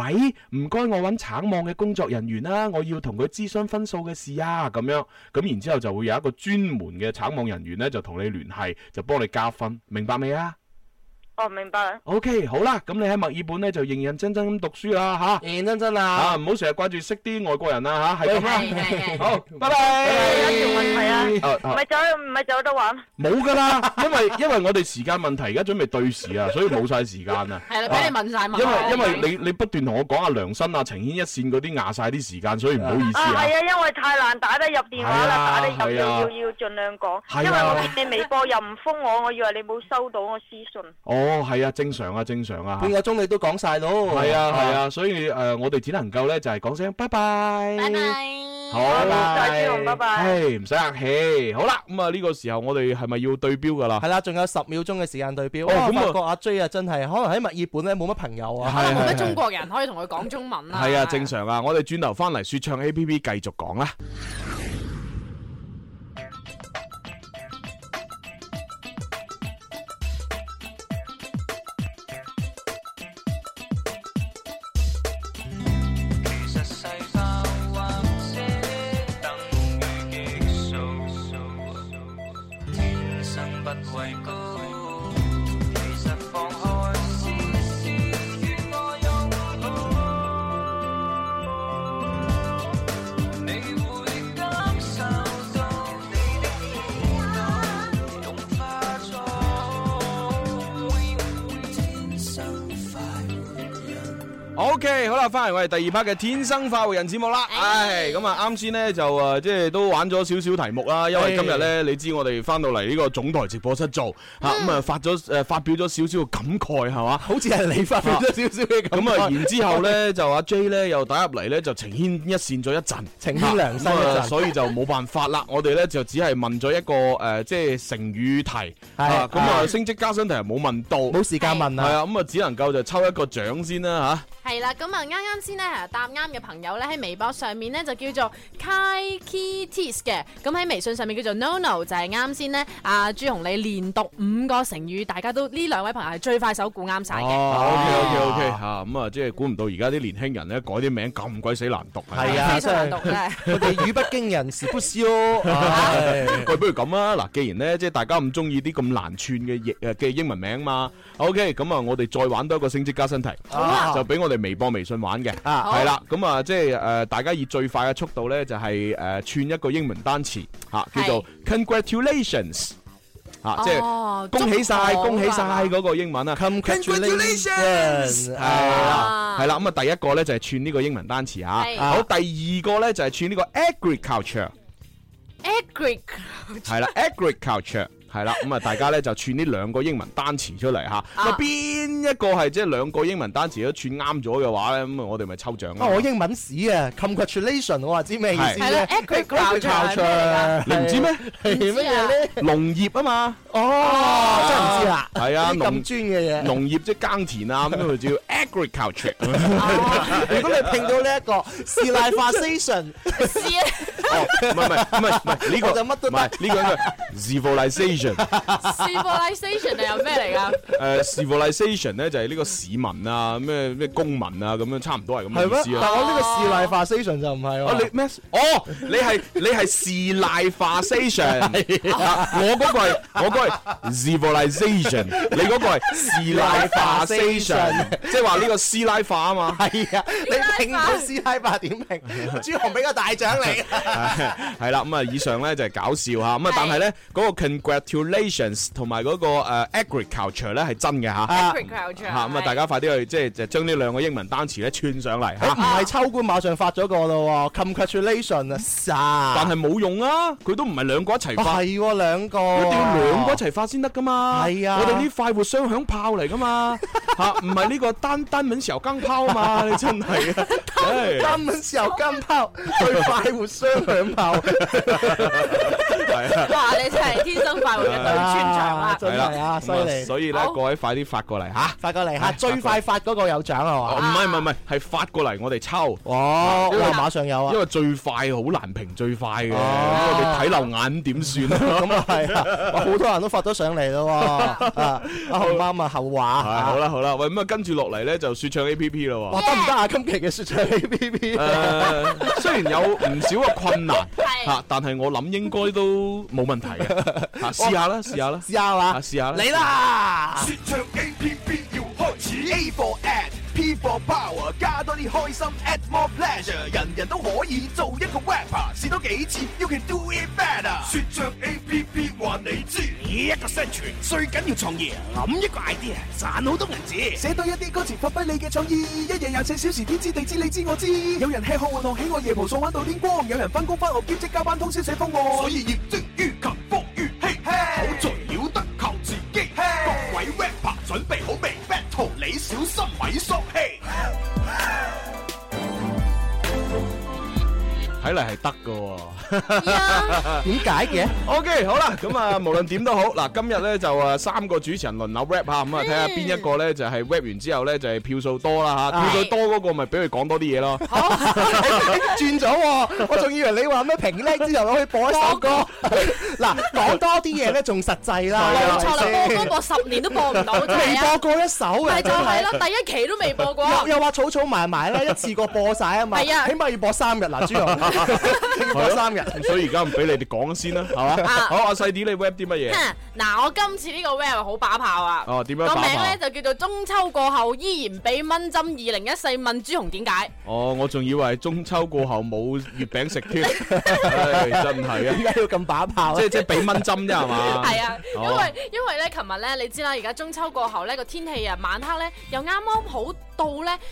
Speaker 2: 唔該，我揾橙網嘅工作人員啦，我要同佢諮詢分數嘅事啊，咁樣。咁然之後就會有一個專門嘅橙網人員呢，就同你聯繫，就幫你加分，明白未啊
Speaker 7: 哦，明白啦。
Speaker 2: ？OK，好啦，咁你喺墨爾本呢，就認認真真咁讀書啦嚇。
Speaker 3: 認真真啊！
Speaker 2: 啊，唔好成日掛住識啲外國人啦吓，係咁啦，好，拜
Speaker 7: 有一條問題啊
Speaker 2: 拜。啊啊
Speaker 7: 咪走，咪走得玩。
Speaker 2: 冇噶啦，因為因為我哋時間問題，而家準備對時啊，所以冇晒時間啊。
Speaker 4: 係啦，俾你問晒問
Speaker 2: 因
Speaker 4: 題。
Speaker 2: 為因為你你不斷同我講阿梁生啊、程軒一線嗰啲壓晒啲時間，所以唔好意思
Speaker 7: 啊，
Speaker 2: 啊
Speaker 7: 係。啊，因為太難打得入電話
Speaker 2: 係啊
Speaker 7: 啦，打得入
Speaker 2: 係啊
Speaker 7: 要要要盡量講
Speaker 2: 係啊，
Speaker 7: 因為我見你微博又唔封我，我以為你冇收到我私信。
Speaker 2: 哦，係啊，正常啊，正常啊。
Speaker 3: 半個鐘你都講晒咯。
Speaker 2: 係啊係啊，所以誒，我哋只能夠咧就係講聲拜拜。
Speaker 4: 拜拜。
Speaker 2: 好，
Speaker 7: 拜拜朱紅拜拜
Speaker 2: 係唔使客氣。好啦，咁啊呢個時候我哋係咪要對標㗎啦
Speaker 3: 係？啦，仲有十秒鐘嘅時間對標。
Speaker 2: 哦
Speaker 3: 哇
Speaker 2: 咁啊
Speaker 3: 發覺阿 J 啊，真係可能喺墨爾本咧冇乜朋友啊。
Speaker 4: 可能冇乜中國人可以同佢講中文啦。
Speaker 2: 係啊，正。常啊！我哋轉頭翻嚟说唱 A P P 繼續講啦。
Speaker 8: 實世化或者等於極數，天生不畏高。其實放開試試，與我有好，你會感受到你的天眼融化咗，天生快活人。
Speaker 2: O、k 好啦，翻嚟我哋第二 part 嘅《天生快活人》節目啦。唉，咁啊，啱先呢就誒，即係都玩咗少少題目啦。因為今日呢，你知我哋翻到嚟呢個總台直播室做嚇，
Speaker 3: 嗯
Speaker 2: 咁啊發咗誒發表咗少少嘅感慨係嘛。
Speaker 3: 好似係你發表咗少少嘅哎
Speaker 2: 咁
Speaker 3: [LAUGHS]
Speaker 2: 啊，
Speaker 3: 慨
Speaker 2: 然之後呢，就阿 J 呢又打入嚟呢，就情牽一線咗一陣，
Speaker 3: 情牽良心一陣
Speaker 2: 咁啊所以就冇辦法啦。我哋呢，就只係問咗一個誒、即係成語題，啊咁啊，升職加薪題係冇問到，
Speaker 3: 冇時間問
Speaker 2: 系
Speaker 3: 啊。
Speaker 2: 啊，咁啊只能夠就抽一個獎先啦
Speaker 4: 係啦，咁啊啱啱先咧答啱嘅朋友咧喺微博上面咧就叫做 Kiki Tis 嘅，咁喺微信上面叫做 Nono 就係啱先咧阿朱紅你連讀五個成語，大家都呢兩位朋友係最快手估啱晒
Speaker 2: 吓。
Speaker 3: 啊
Speaker 4: 嘅。
Speaker 2: 哦，OK OK OK，吓咁啊，即係估唔到而家啲年輕人咧改啲名咁鬼死難讀，
Speaker 3: 係啊
Speaker 4: 非常難讀真係。
Speaker 3: 我哋語不驚人，時不休。
Speaker 2: [LAUGHS]
Speaker 3: 唉
Speaker 2: [LAUGHS] 喂，不如咁啊！嗱，既然咧，即係大家咁中意啲咁難串嘅譯
Speaker 3: [LAUGHS]
Speaker 2: 誒嘅英文名嘛，OK，咁啊，我哋再玩多一個升職加薪題，
Speaker 3: 啊
Speaker 2: 就俾我哋微博、微信玩嘅，
Speaker 3: 啊
Speaker 2: 係啦，咁啊，即係誒，大家以最快嘅速度咧，就係誒串一個英文單詞嚇，叫做 congratulations 嚇，即係
Speaker 4: 哦
Speaker 2: 恭喜晒、
Speaker 4: 祝賀
Speaker 2: 恭喜晒嗰個英文啊！
Speaker 3: 啊 Congratulations！
Speaker 2: 系啦
Speaker 4: 啊，
Speaker 2: 系啦，咁啊，第一個咧就係串呢個英文單詞啊，
Speaker 4: 係
Speaker 2: 好，第二個咧就係串呢個 agriculture，
Speaker 4: Agric
Speaker 2: 係啦，agriculture。係啦，咁啊，大家咧就串呢兩個英文單詞出嚟吓，咁啊
Speaker 4: 啊
Speaker 2: 邊一個係即係兩個英文單詞都串啱咗嘅話咧，咁啊我哋咪抽獎
Speaker 3: 啊，我
Speaker 2: 咯。
Speaker 3: 英文屎啊！Congratulations，我話知咩意思
Speaker 4: 係啦
Speaker 3: 啫？
Speaker 4: ，agriculture 係咩
Speaker 3: 啊
Speaker 4: 嚟㗎
Speaker 2: 你唔知咩？
Speaker 3: 係乜嘢咧？
Speaker 2: 農業啊嘛，
Speaker 3: 哦，真係唔知啦。
Speaker 2: 係啊，
Speaker 3: 啲咁
Speaker 2: 農
Speaker 3: 專嘅嘢。
Speaker 2: 農業即係耕田啊，咁佢叫 agriculture。
Speaker 3: 如果你拼到呢一個是奶化 station，
Speaker 4: 啊
Speaker 2: 哦，唔係唔係唔係唔係呢個
Speaker 3: 我就乜都
Speaker 2: 唔係
Speaker 3: 得
Speaker 2: 呢個 civilization。
Speaker 4: civilization 係由咩嚟㗎？
Speaker 2: 誒呃 civilization 咧就係呢個市民啊，咩咩公民啊，咁樣差唔多係咁嘅
Speaker 3: 係
Speaker 2: 意
Speaker 3: 咩？
Speaker 2: 思
Speaker 3: 但
Speaker 2: 啊。
Speaker 3: 我呢個是奶化 station 就唔係
Speaker 2: 哦，
Speaker 3: 喎。
Speaker 2: 你咩？哦，你係你係是賴化 station，啊我嗰個係 [LAUGHS] 我嗰個係 civilization，你嗰個係是賴化 station，即係話呢個師奶化啊嘛。
Speaker 3: 係
Speaker 2: [LAUGHS]
Speaker 3: 啊，你拼到師奶化點拼？朱紅俾個大獎你。 [LAUGHS]
Speaker 2: 係啦，咁啊，以上咧就係搞笑嚇，咁啊，但係咧嗰個 congratulations 同埋嗰個誒 agriculture 咧係真嘅嚇。
Speaker 3: 啊
Speaker 4: Agriculture，
Speaker 2: 嚇咁啊！
Speaker 4: 係
Speaker 2: 大家快啲去即係就將呢兩個英文單詞咧串上嚟
Speaker 3: 誒
Speaker 2: 嚇。
Speaker 3: 啊唔係秋官馬上發咗個咯喎，congratulation 啊，啥？
Speaker 2: 但係冇用啊！佢都唔係兩個一齊
Speaker 3: 哦
Speaker 2: 發，
Speaker 3: 係喎兩個喎，
Speaker 2: 一定要兩個一齊發先得噶嘛。
Speaker 3: 係啊
Speaker 2: 我哋啲快活雙響炮嚟噶
Speaker 3: [LAUGHS]
Speaker 2: 嘛嚇，唔係呢個單單門小鋼炮啊嘛！你真係啊，唉
Speaker 3: 根本時候金炮去快活雙向 [LAUGHS] 炮，
Speaker 2: 係啊。
Speaker 4: 哇！你真係天生快活嘅對專長啦
Speaker 3: 啊。真係啊，犀
Speaker 2: 咁
Speaker 3: 利！啊
Speaker 2: 所以咧，
Speaker 4: 好
Speaker 2: 各位快啲發過嚟嚇。
Speaker 3: 發過嚟嚇，最快發嗰個有獎
Speaker 2: 哦
Speaker 3: 啊
Speaker 2: 唔係唔係唔係，係發過嚟我哋抽。
Speaker 3: 嘛？哦，
Speaker 2: 因為
Speaker 3: 哇，馬上有啊
Speaker 2: 因！為最快好難評最快嘅，因為
Speaker 3: 哦
Speaker 2: 你睇漏眼點算
Speaker 3: [LAUGHS]
Speaker 2: 啊？
Speaker 3: 咁啊係啊，哇好多人都發咗上嚟咯喎，啊，阿紅啱啊後
Speaker 2: 係
Speaker 3: 話
Speaker 2: 好
Speaker 3: 啊，
Speaker 2: 啦好啦，喂咁啊，跟住落嚟咧就説唱 A P P 咯
Speaker 3: 哇得唔得啊？今期嘅説唱 A P P [LAUGHS]
Speaker 2: 喎。 [LAUGHS] 誒，雖然有唔少嘅困難
Speaker 4: 係
Speaker 2: 嚇，但係我諗應該都冇問題 [LAUGHS] 嘅。嚇試下啦， [LAUGHS] 試下啦，
Speaker 3: 試下 [LAUGHS] 嘛
Speaker 2: 啊，試下啦。
Speaker 3: 嚟啦！
Speaker 6: 说唱 A P P 要開始，A for ad，P for power，加多啲開心，add more pleasure，人人都可以做一個 rapper，試多幾次，you can do it better。说唱 A P P 話你知，一個生存最緊要創意，諗一個 idea，賺好多銀紙，寫多一啲歌詞，發揮你嘅創意，一日廿四小時，天知地知你知我知，有人吃喝玩樂，喜愛夜蒲爽玩到天光，有人翻工翻學兼職加班通宵寫方案，所以業精於勤，福於嬉，口才了得靠自己。各位 rapper 準備好未？battle 你小心咪縮氣。
Speaker 2: 睇嚟係得嘅喎。
Speaker 4: 呀
Speaker 3: 點解嘅？
Speaker 2: OK，好啦，咁啊，無論點都好，嗱，今日咧就啊三個主持人輪流 rap 下， [LAUGHS] 咁啊睇下邊一個咧就係 rap 完之後咧就係票數多啦嚇，票
Speaker 3: 係
Speaker 2: 數多嗰個咪俾佢講多啲嘢咯。
Speaker 3: 轉咗喎，我仲以為你話咩評叻之後可以播一首歌。嗱，講多啲嘢咧，仲實際啦，
Speaker 4: 冇錯啦，
Speaker 3: 係咪啊
Speaker 4: 播
Speaker 3: 先
Speaker 4: 歌播十年都播唔到，真
Speaker 3: 未
Speaker 4: 係
Speaker 3: 播
Speaker 4: 啊！
Speaker 3: 過一首
Speaker 4: 咪
Speaker 3: 嘅，
Speaker 4: 就
Speaker 3: 真
Speaker 4: 係
Speaker 3: 係。
Speaker 4: 咯，第一期都未播過。
Speaker 3: 又又話草草埋埋 [LAUGHS] 咧，一次過播晒啊嘛，起
Speaker 4: 係啊
Speaker 3: 碼要播三日嗱，朱 [LAUGHS] 紅要播三日。
Speaker 2: 所以而家唔俾你哋講先啦， [LAUGHS] 係嘛？
Speaker 4: 啊
Speaker 2: 好，阿細啲你 rap 啲乜嘢？
Speaker 4: 哼嗱，我今次呢個 rap 好把炮啊！
Speaker 2: 哦點樣把
Speaker 4: 個
Speaker 2: 炮
Speaker 4: 名咧就叫做中秋過後依然俾蚊針二零一四問朱紅點解？
Speaker 2: 哦，我仲以為中秋過後冇月餅食 [LAUGHS] 添，唉真係
Speaker 3: 點
Speaker 2: 啊！
Speaker 3: 解要咁把炮
Speaker 2: 即
Speaker 3: 咧？
Speaker 2: 係即係俾蚊針啫係嘛？
Speaker 4: 哦 [LAUGHS] 係啊，因
Speaker 2: 哦
Speaker 4: 為因為咧，琴日咧，你知啦，而家中秋過後咧個天氣啊，晚黑咧又啱啱好到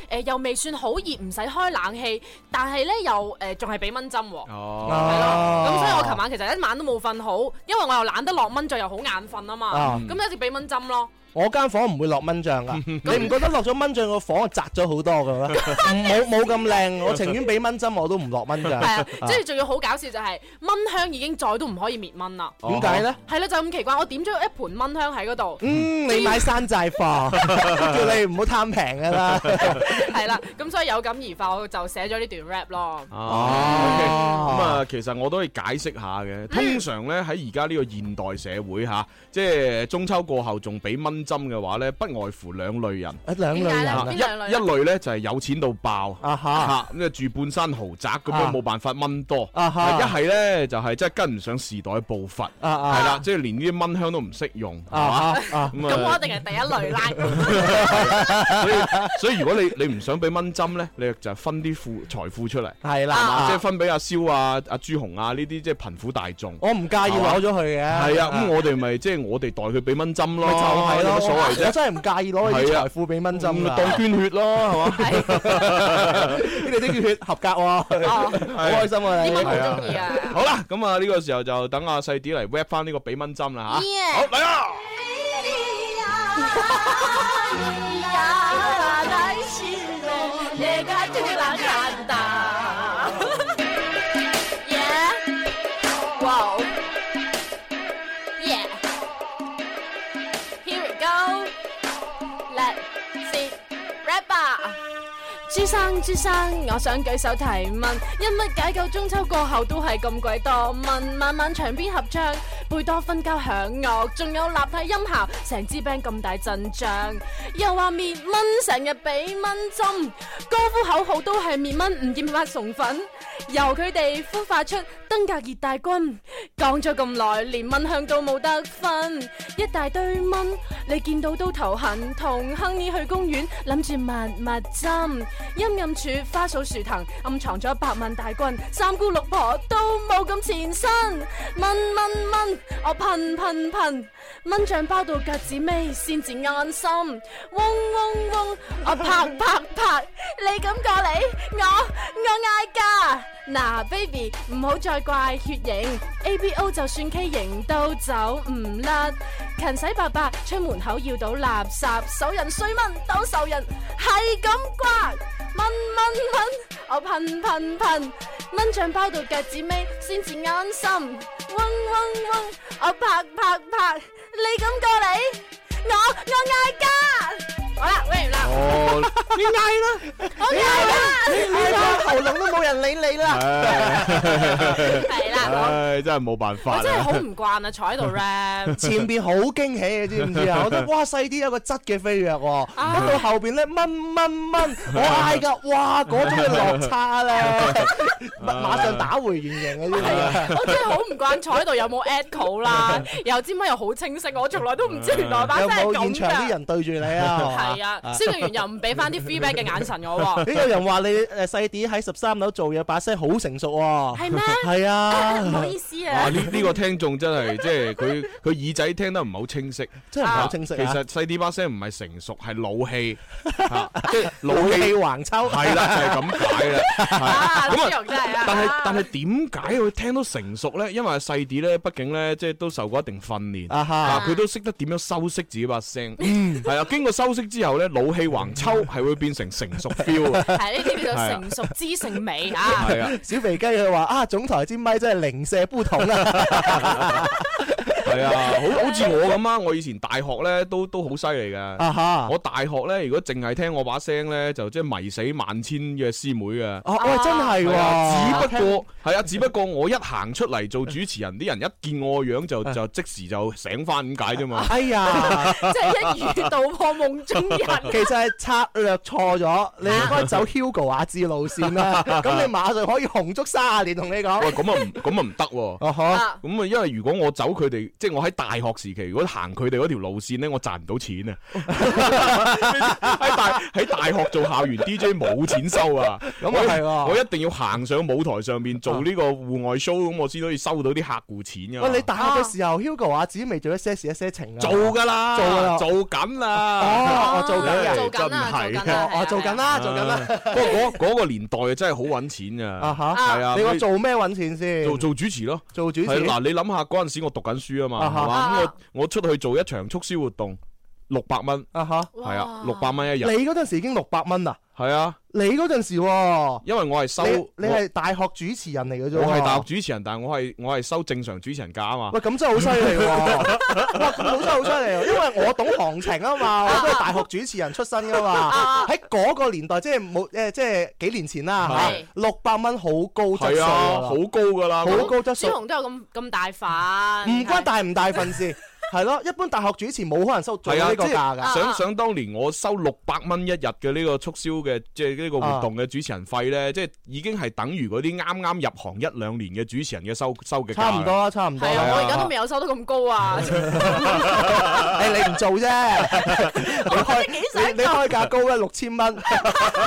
Speaker 4: 咧，誒又未算好熱，唔使開冷氣，但係咧又誒仲係俾蚊針喎。
Speaker 2: 哦，
Speaker 4: 係咯，咁所以我
Speaker 3: 哦
Speaker 4: 琴晚其實一晚都冇瞓好，因為我又懶得落蚊帳，又好眼瞓啊嘛
Speaker 2: 哦
Speaker 3: 啊，
Speaker 4: 咁一直俾蚊針咯。
Speaker 3: 我間房唔會落蚊帳 [LAUGHS] 㗎，你唔覺得落咗蚊帳個房就窄咗好多㗎咩？ [LAUGHS] 冇冇咁靚，我情願俾蚊針我都唔落蚊
Speaker 2: 嗯
Speaker 3: 帳。
Speaker 4: 係
Speaker 2: [LAUGHS]
Speaker 4: 啊，即係仲要好搞笑就係蚊香已經再都唔可以滅蚊啦。
Speaker 3: 點解咧？
Speaker 4: 係啦，就咁奇怪，我點咗一盆蚊香喺
Speaker 2: [LAUGHS]
Speaker 4: 嗰度，
Speaker 3: 嗯，你買山寨貨，叫你唔好貪平 [LAUGHS] 㗎啦。
Speaker 4: 係啦，咁所以有感而發，我就寫咗呢段 rap 咯。
Speaker 2: 哦，咁啊，其實我都可以解釋下嘅。
Speaker 4: 嗯
Speaker 2: 通常咧喺而家呢個現代社會嚇，即係中秋過後仲俾蚊針嘅話咧，不外乎兩類人。
Speaker 3: 啊兩類
Speaker 4: 點解
Speaker 3: 人
Speaker 4: 咧
Speaker 2: 啊
Speaker 3: 啊
Speaker 4: 邊
Speaker 2: 一
Speaker 4: 兩類咧
Speaker 2: 一類咧就係有錢到爆。
Speaker 3: 啊嚇，
Speaker 2: 吓咁就住半山豪宅咁樣
Speaker 3: 啊
Speaker 2: 冇辦法蚊多，
Speaker 3: 啊哈
Speaker 2: 一係咧就係真係跟唔上時代嘅步伐，
Speaker 3: 啊啊
Speaker 2: 係啦，即係連呢啲蚊香都唔識用，係嘛？
Speaker 3: 啊嚇啊！
Speaker 2: 咁
Speaker 4: 咁我
Speaker 2: 啊，
Speaker 4: 一定係第一類啦。
Speaker 2: 所以所以如果你你唔想俾蚊針咧，你就分啲富財富出嚟，
Speaker 3: 係啦，
Speaker 4: 啊
Speaker 3: 啊
Speaker 2: 即係分俾阿蕭啊、阿朱紅啊呢啲即係貧苦大眾。
Speaker 3: 我唔介意攞咗佢嘅。
Speaker 2: 係啊，咁我哋咪即係我哋代佢俾蚊針咯，
Speaker 3: 咪就係
Speaker 2: 有
Speaker 3: 咯，
Speaker 2: 乜所謂
Speaker 3: 我我
Speaker 2: 啫？
Speaker 3: 真係唔介意攞佢啲
Speaker 2: 係啊
Speaker 3: 財富俾蚊針
Speaker 2: 咁
Speaker 3: 啦。
Speaker 2: 當捐血咯，係嘛？ [LAUGHS]
Speaker 3: 你哋啲血合格喎，好開心啊
Speaker 4: 啲
Speaker 3: 哦你
Speaker 4: 蚊
Speaker 2: 係
Speaker 4: 好
Speaker 2: 啊
Speaker 4: 中意啊！
Speaker 2: 好啦，咁啊呢個時候就等阿細啲嚟 rap 翻呢個俾蚊針啦吓。
Speaker 4: Yeah
Speaker 2: 好嚟啊！
Speaker 5: [LAUGHS]
Speaker 4: Yeah. Wow. Yeah. Here we go. Let's see. Rapper. 朱生，朱生，我想舉手提問，因乜解救中秋過後都係咁鬼多蚊？晚晚場邊合唱，貝多芬交響樂，仲有立體音效，成支 band 咁大陣仗。又話滅蚊，成日俾蚊針，高呼口號都係滅蚊，唔見發送粉，由佢哋孵化出登革熱大軍。講咗咁耐，連蚊香都冇得分，一大堆蚊，你見到都頭痕。同亨尼去公園，諗住密密針，陰暗處花草樹藤暗藏咗百萬大軍，三姑六婆都
Speaker 5: 冇咁前身，蚊蚊蚊，我噴噴噴，蚊帳包到腳趾尾先至安心，嗡嗡嗡，我拍拍拍，你咁過嚟，我我嗌㗎。嗱，baby，唔好再怪血型，ABO 就算 K 型都走唔甩。勤洗白白，出門口要到垃圾，手人衰蚊到仇人，係咁刮。蚊蚊蚊，我噴噴噴，蚊帳包到腳趾尾先至安心。嗡
Speaker 4: Vâng,
Speaker 5: 嗡嗡，我拍拍拍，你咁過嚟，我我嗌交。好啦，喂完啦，
Speaker 2: 哦，
Speaker 3: 你嗌啦，
Speaker 5: 我嗌
Speaker 3: 你嗌到喉嚨都冇人理你啦。
Speaker 2: 唉
Speaker 4: 系啦，
Speaker 2: 唉，真係冇辦
Speaker 4: 我
Speaker 2: 法
Speaker 4: 我真係好
Speaker 2: 啦。
Speaker 4: 唔慣啊，坐喺度 rap。
Speaker 3: 前邊好驚喜嘅，知唔知啊？我覺得哇細啲有個質嘅飛躍喎，
Speaker 4: 啊
Speaker 3: 一到後邊咧蚊蚊蚊，我嗌㗎，哇嗰種嘅落差
Speaker 4: [LAUGHS]
Speaker 3: 咧，馬馬上打回原形嗰
Speaker 4: 係
Speaker 3: 啲。
Speaker 4: 啊我真係好唔慣坐喺度，有冇 echo 啦，又支咪又好清晰，我從來都唔知原來把
Speaker 3: 有
Speaker 4: 聲係啊
Speaker 3: 冇現
Speaker 4: 咁
Speaker 3: 場啲
Speaker 4: 㗎。
Speaker 3: 人對住你啊？
Speaker 4: 係啊，蕭敬元又唔俾翻啲 feedback 嘅眼神我
Speaker 3: [LAUGHS]
Speaker 4: 喎，
Speaker 3: 咦，有人話你誒細啲喺十三樓做嘢，把聲好成熟喎。
Speaker 4: 係咩？
Speaker 3: 係
Speaker 4: 哎 [LAUGHS] 唔好
Speaker 3: 啊，
Speaker 4: 意思
Speaker 2: 哇！
Speaker 4: 啊，
Speaker 2: 呢呢個聽眾真係即係佢佢耳仔聽得唔係好清晰。
Speaker 3: 真係唔係好清晰
Speaker 2: 其
Speaker 3: 啊。
Speaker 2: 實細啲把聲唔係成熟，係老氣，嚇即係老
Speaker 3: 老氣
Speaker 2: 氣
Speaker 3: 橫秋，
Speaker 2: 係啦，就係咁解啦。
Speaker 4: 啊，
Speaker 2: 咁
Speaker 4: 蕭
Speaker 2: [LAUGHS] 啊
Speaker 4: 容真係啊，
Speaker 2: 但係但係點解佢聽到成熟咧？因為細啲咧，畢竟咧即係都受過一定訓練。
Speaker 3: 啊哈嗯
Speaker 2: 啊！佢都識得點樣修飾自己把聲，係啊！經過修飾之後咧，老氣橫秋係會變成成熟 feel，啊
Speaker 3: [LAUGHS]
Speaker 4: 係呢啲叫做成熟知性美啊。
Speaker 2: 係啊，
Speaker 3: 小肥雞佢話啊，總台支咪真係零舍不同啊！
Speaker 2: 係啊，好好似我咁啊！我以前大學咧都都好犀利㗎。
Speaker 3: 啊哈，
Speaker 2: 我大學咧，如果淨係聽我把聲咧，就即係迷死萬千嘅師妹㗎。
Speaker 3: 哦，喂，真係
Speaker 2: 係啊，
Speaker 3: 喎，
Speaker 2: 只不過係啊，只不過我一行出嚟做主持人，啲人一見我個樣就
Speaker 3: 啊
Speaker 2: 就即時就醒翻咁解啫嘛。
Speaker 3: 哎呀，
Speaker 4: 即係一語道破夢中人。
Speaker 2: [LAUGHS]
Speaker 3: 其實係策略錯咗，你
Speaker 2: 啊
Speaker 3: 應該走 Hugo 雅致路線
Speaker 2: [LAUGHS]
Speaker 3: 啦。咁你馬上可以紅足卅年，同你
Speaker 2: 喂，
Speaker 3: 講。
Speaker 2: 咁啊唔咁啊唔得喎。
Speaker 3: 哦呵，
Speaker 4: 啊
Speaker 2: 咁啊，因為如果我走佢哋，即係我喺大學時期，如果行佢哋嗰條路線咧，我賺唔到錢啊！ [LAUGHS] 喺大喺大學做校園 DJ 冇錢收啊！
Speaker 3: 咁
Speaker 2: 我
Speaker 3: 啊
Speaker 2: 一
Speaker 3: 係喎
Speaker 2: 我一定要行上舞台上面做呢個戶外 show，咁我先可以收到啲客户錢㗎嘛。
Speaker 3: 喂，你大學嘅時候 Hugo 雅致未做一些事一些情啊？
Speaker 2: 做㗎啦，
Speaker 3: 做㗎啦
Speaker 2: 做緊啊啦。
Speaker 3: 哦，我做緊
Speaker 2: 啊
Speaker 3: 嘅，
Speaker 4: 做緊啊，做
Speaker 2: 真係
Speaker 4: 緊啊
Speaker 3: 哦，，我做緊啦，做緊啦。
Speaker 2: [LAUGHS] 不過嗰嗰個年代真係好揾錢
Speaker 3: 啊
Speaker 2: 㗎，
Speaker 3: 哈，
Speaker 2: 係啊，
Speaker 3: 你話
Speaker 2: 你
Speaker 3: 做咩揾錢先？
Speaker 2: 做做主持咯。
Speaker 3: 做主持
Speaker 2: 係啊嗱，你諗下嗰陣時我讀緊書啊嘛，
Speaker 3: 啊哈
Speaker 2: 係嘛？咁
Speaker 4: 啊
Speaker 2: 我我出去做一場促銷活動，六百蚊，
Speaker 3: 啊哈，
Speaker 2: 係啊，六百蚊一
Speaker 3: 你
Speaker 2: 日，
Speaker 3: 嗰陣時已經六百蚊啦。
Speaker 2: 係啊，
Speaker 3: 你嗰陣時喎，
Speaker 2: 因為我係收
Speaker 3: 你你
Speaker 2: 我
Speaker 3: 係大學主持人嚟嘅啫喎。
Speaker 2: 我係大學主持人，但係我係我係收正常主持人價啊嘛。
Speaker 3: [LAUGHS] 喂，咁真係好犀利喎！哇，咁好真係好犀利喎，因為我懂行情啊嘛，我都係大學主持人出身噶嘛。喺嗰個年代，即係冇誒，即係幾年前啦
Speaker 4: 係
Speaker 3: 嚇，六百蚊好高質
Speaker 2: 係
Speaker 3: 素
Speaker 2: 啊，
Speaker 3: 啊
Speaker 2: 好高噶啦，
Speaker 3: 好高質
Speaker 4: 朱
Speaker 3: 素，
Speaker 4: 紅都有咁咁大份，
Speaker 3: 唔關大唔大份啊事，係咯。一般大學主持冇可能收做
Speaker 2: 係啊，
Speaker 3: 呢
Speaker 2: 即
Speaker 3: 個價㗎。
Speaker 4: 啊
Speaker 2: 係
Speaker 4: 啊
Speaker 2: 想想當年我收六百蚊一日嘅呢個促銷嘅，即係呢個活
Speaker 3: 啊
Speaker 2: 動嘅主持人費咧，即係已經係等於嗰啲啱啱入行一兩年嘅主持人嘅收收嘅價
Speaker 3: 差唔多。啦，差唔多
Speaker 4: 係
Speaker 3: 啦。
Speaker 4: 啊，我而家都未有收得咁高啊，
Speaker 3: 誒，你唔做啫，你開你你開價高咧六千蚊，呢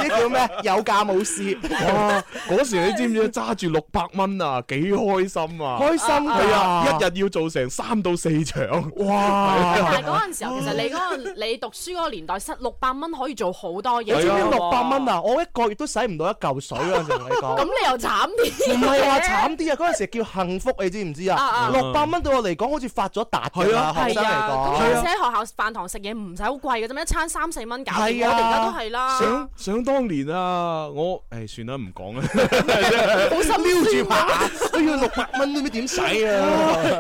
Speaker 3: 叫咩？有價冇市，
Speaker 2: 哇！嗰時你知唔知揸住六百蚊啊，幾開心啊！
Speaker 3: 開心
Speaker 2: 係
Speaker 3: 佢
Speaker 2: 啊，
Speaker 3: 啊！
Speaker 2: 一日要做成三到四場。
Speaker 3: 哇！
Speaker 4: 但係嗰陣時候，其實你嗰個你讀書嗰個年代，失六百蚊可以做好多嘢。
Speaker 2: 係啊
Speaker 3: 你知唔知
Speaker 2: 喎
Speaker 3: 六百蚊？啊？我一個月都使唔到一嚿水啊！同你
Speaker 4: 咁
Speaker 3: 講，
Speaker 4: [LAUGHS] 你又慘啲。
Speaker 3: 唔係話慘啲啊！嗰陣時叫幸福，你知唔知
Speaker 4: 啊
Speaker 3: 啊？
Speaker 4: 啊
Speaker 3: 六百蚊對我嚟講好似發咗達㗎
Speaker 2: 係
Speaker 3: 啦，
Speaker 2: 啊
Speaker 3: 學生嚟
Speaker 4: 啊咁
Speaker 3: 講。
Speaker 4: 而且喺學校飯堂食嘢唔使好貴嘅啫咩？一餐三四蚊搞掂，我哋
Speaker 3: 係啊
Speaker 4: 而家都係啦，
Speaker 2: 想想當年啊，我誒算啦，唔 [LAUGHS] 講啦。
Speaker 4: 好心
Speaker 3: 啊撩住
Speaker 4: 酸啊！
Speaker 3: 拍，哎呀六百蚊都唔知點使啊！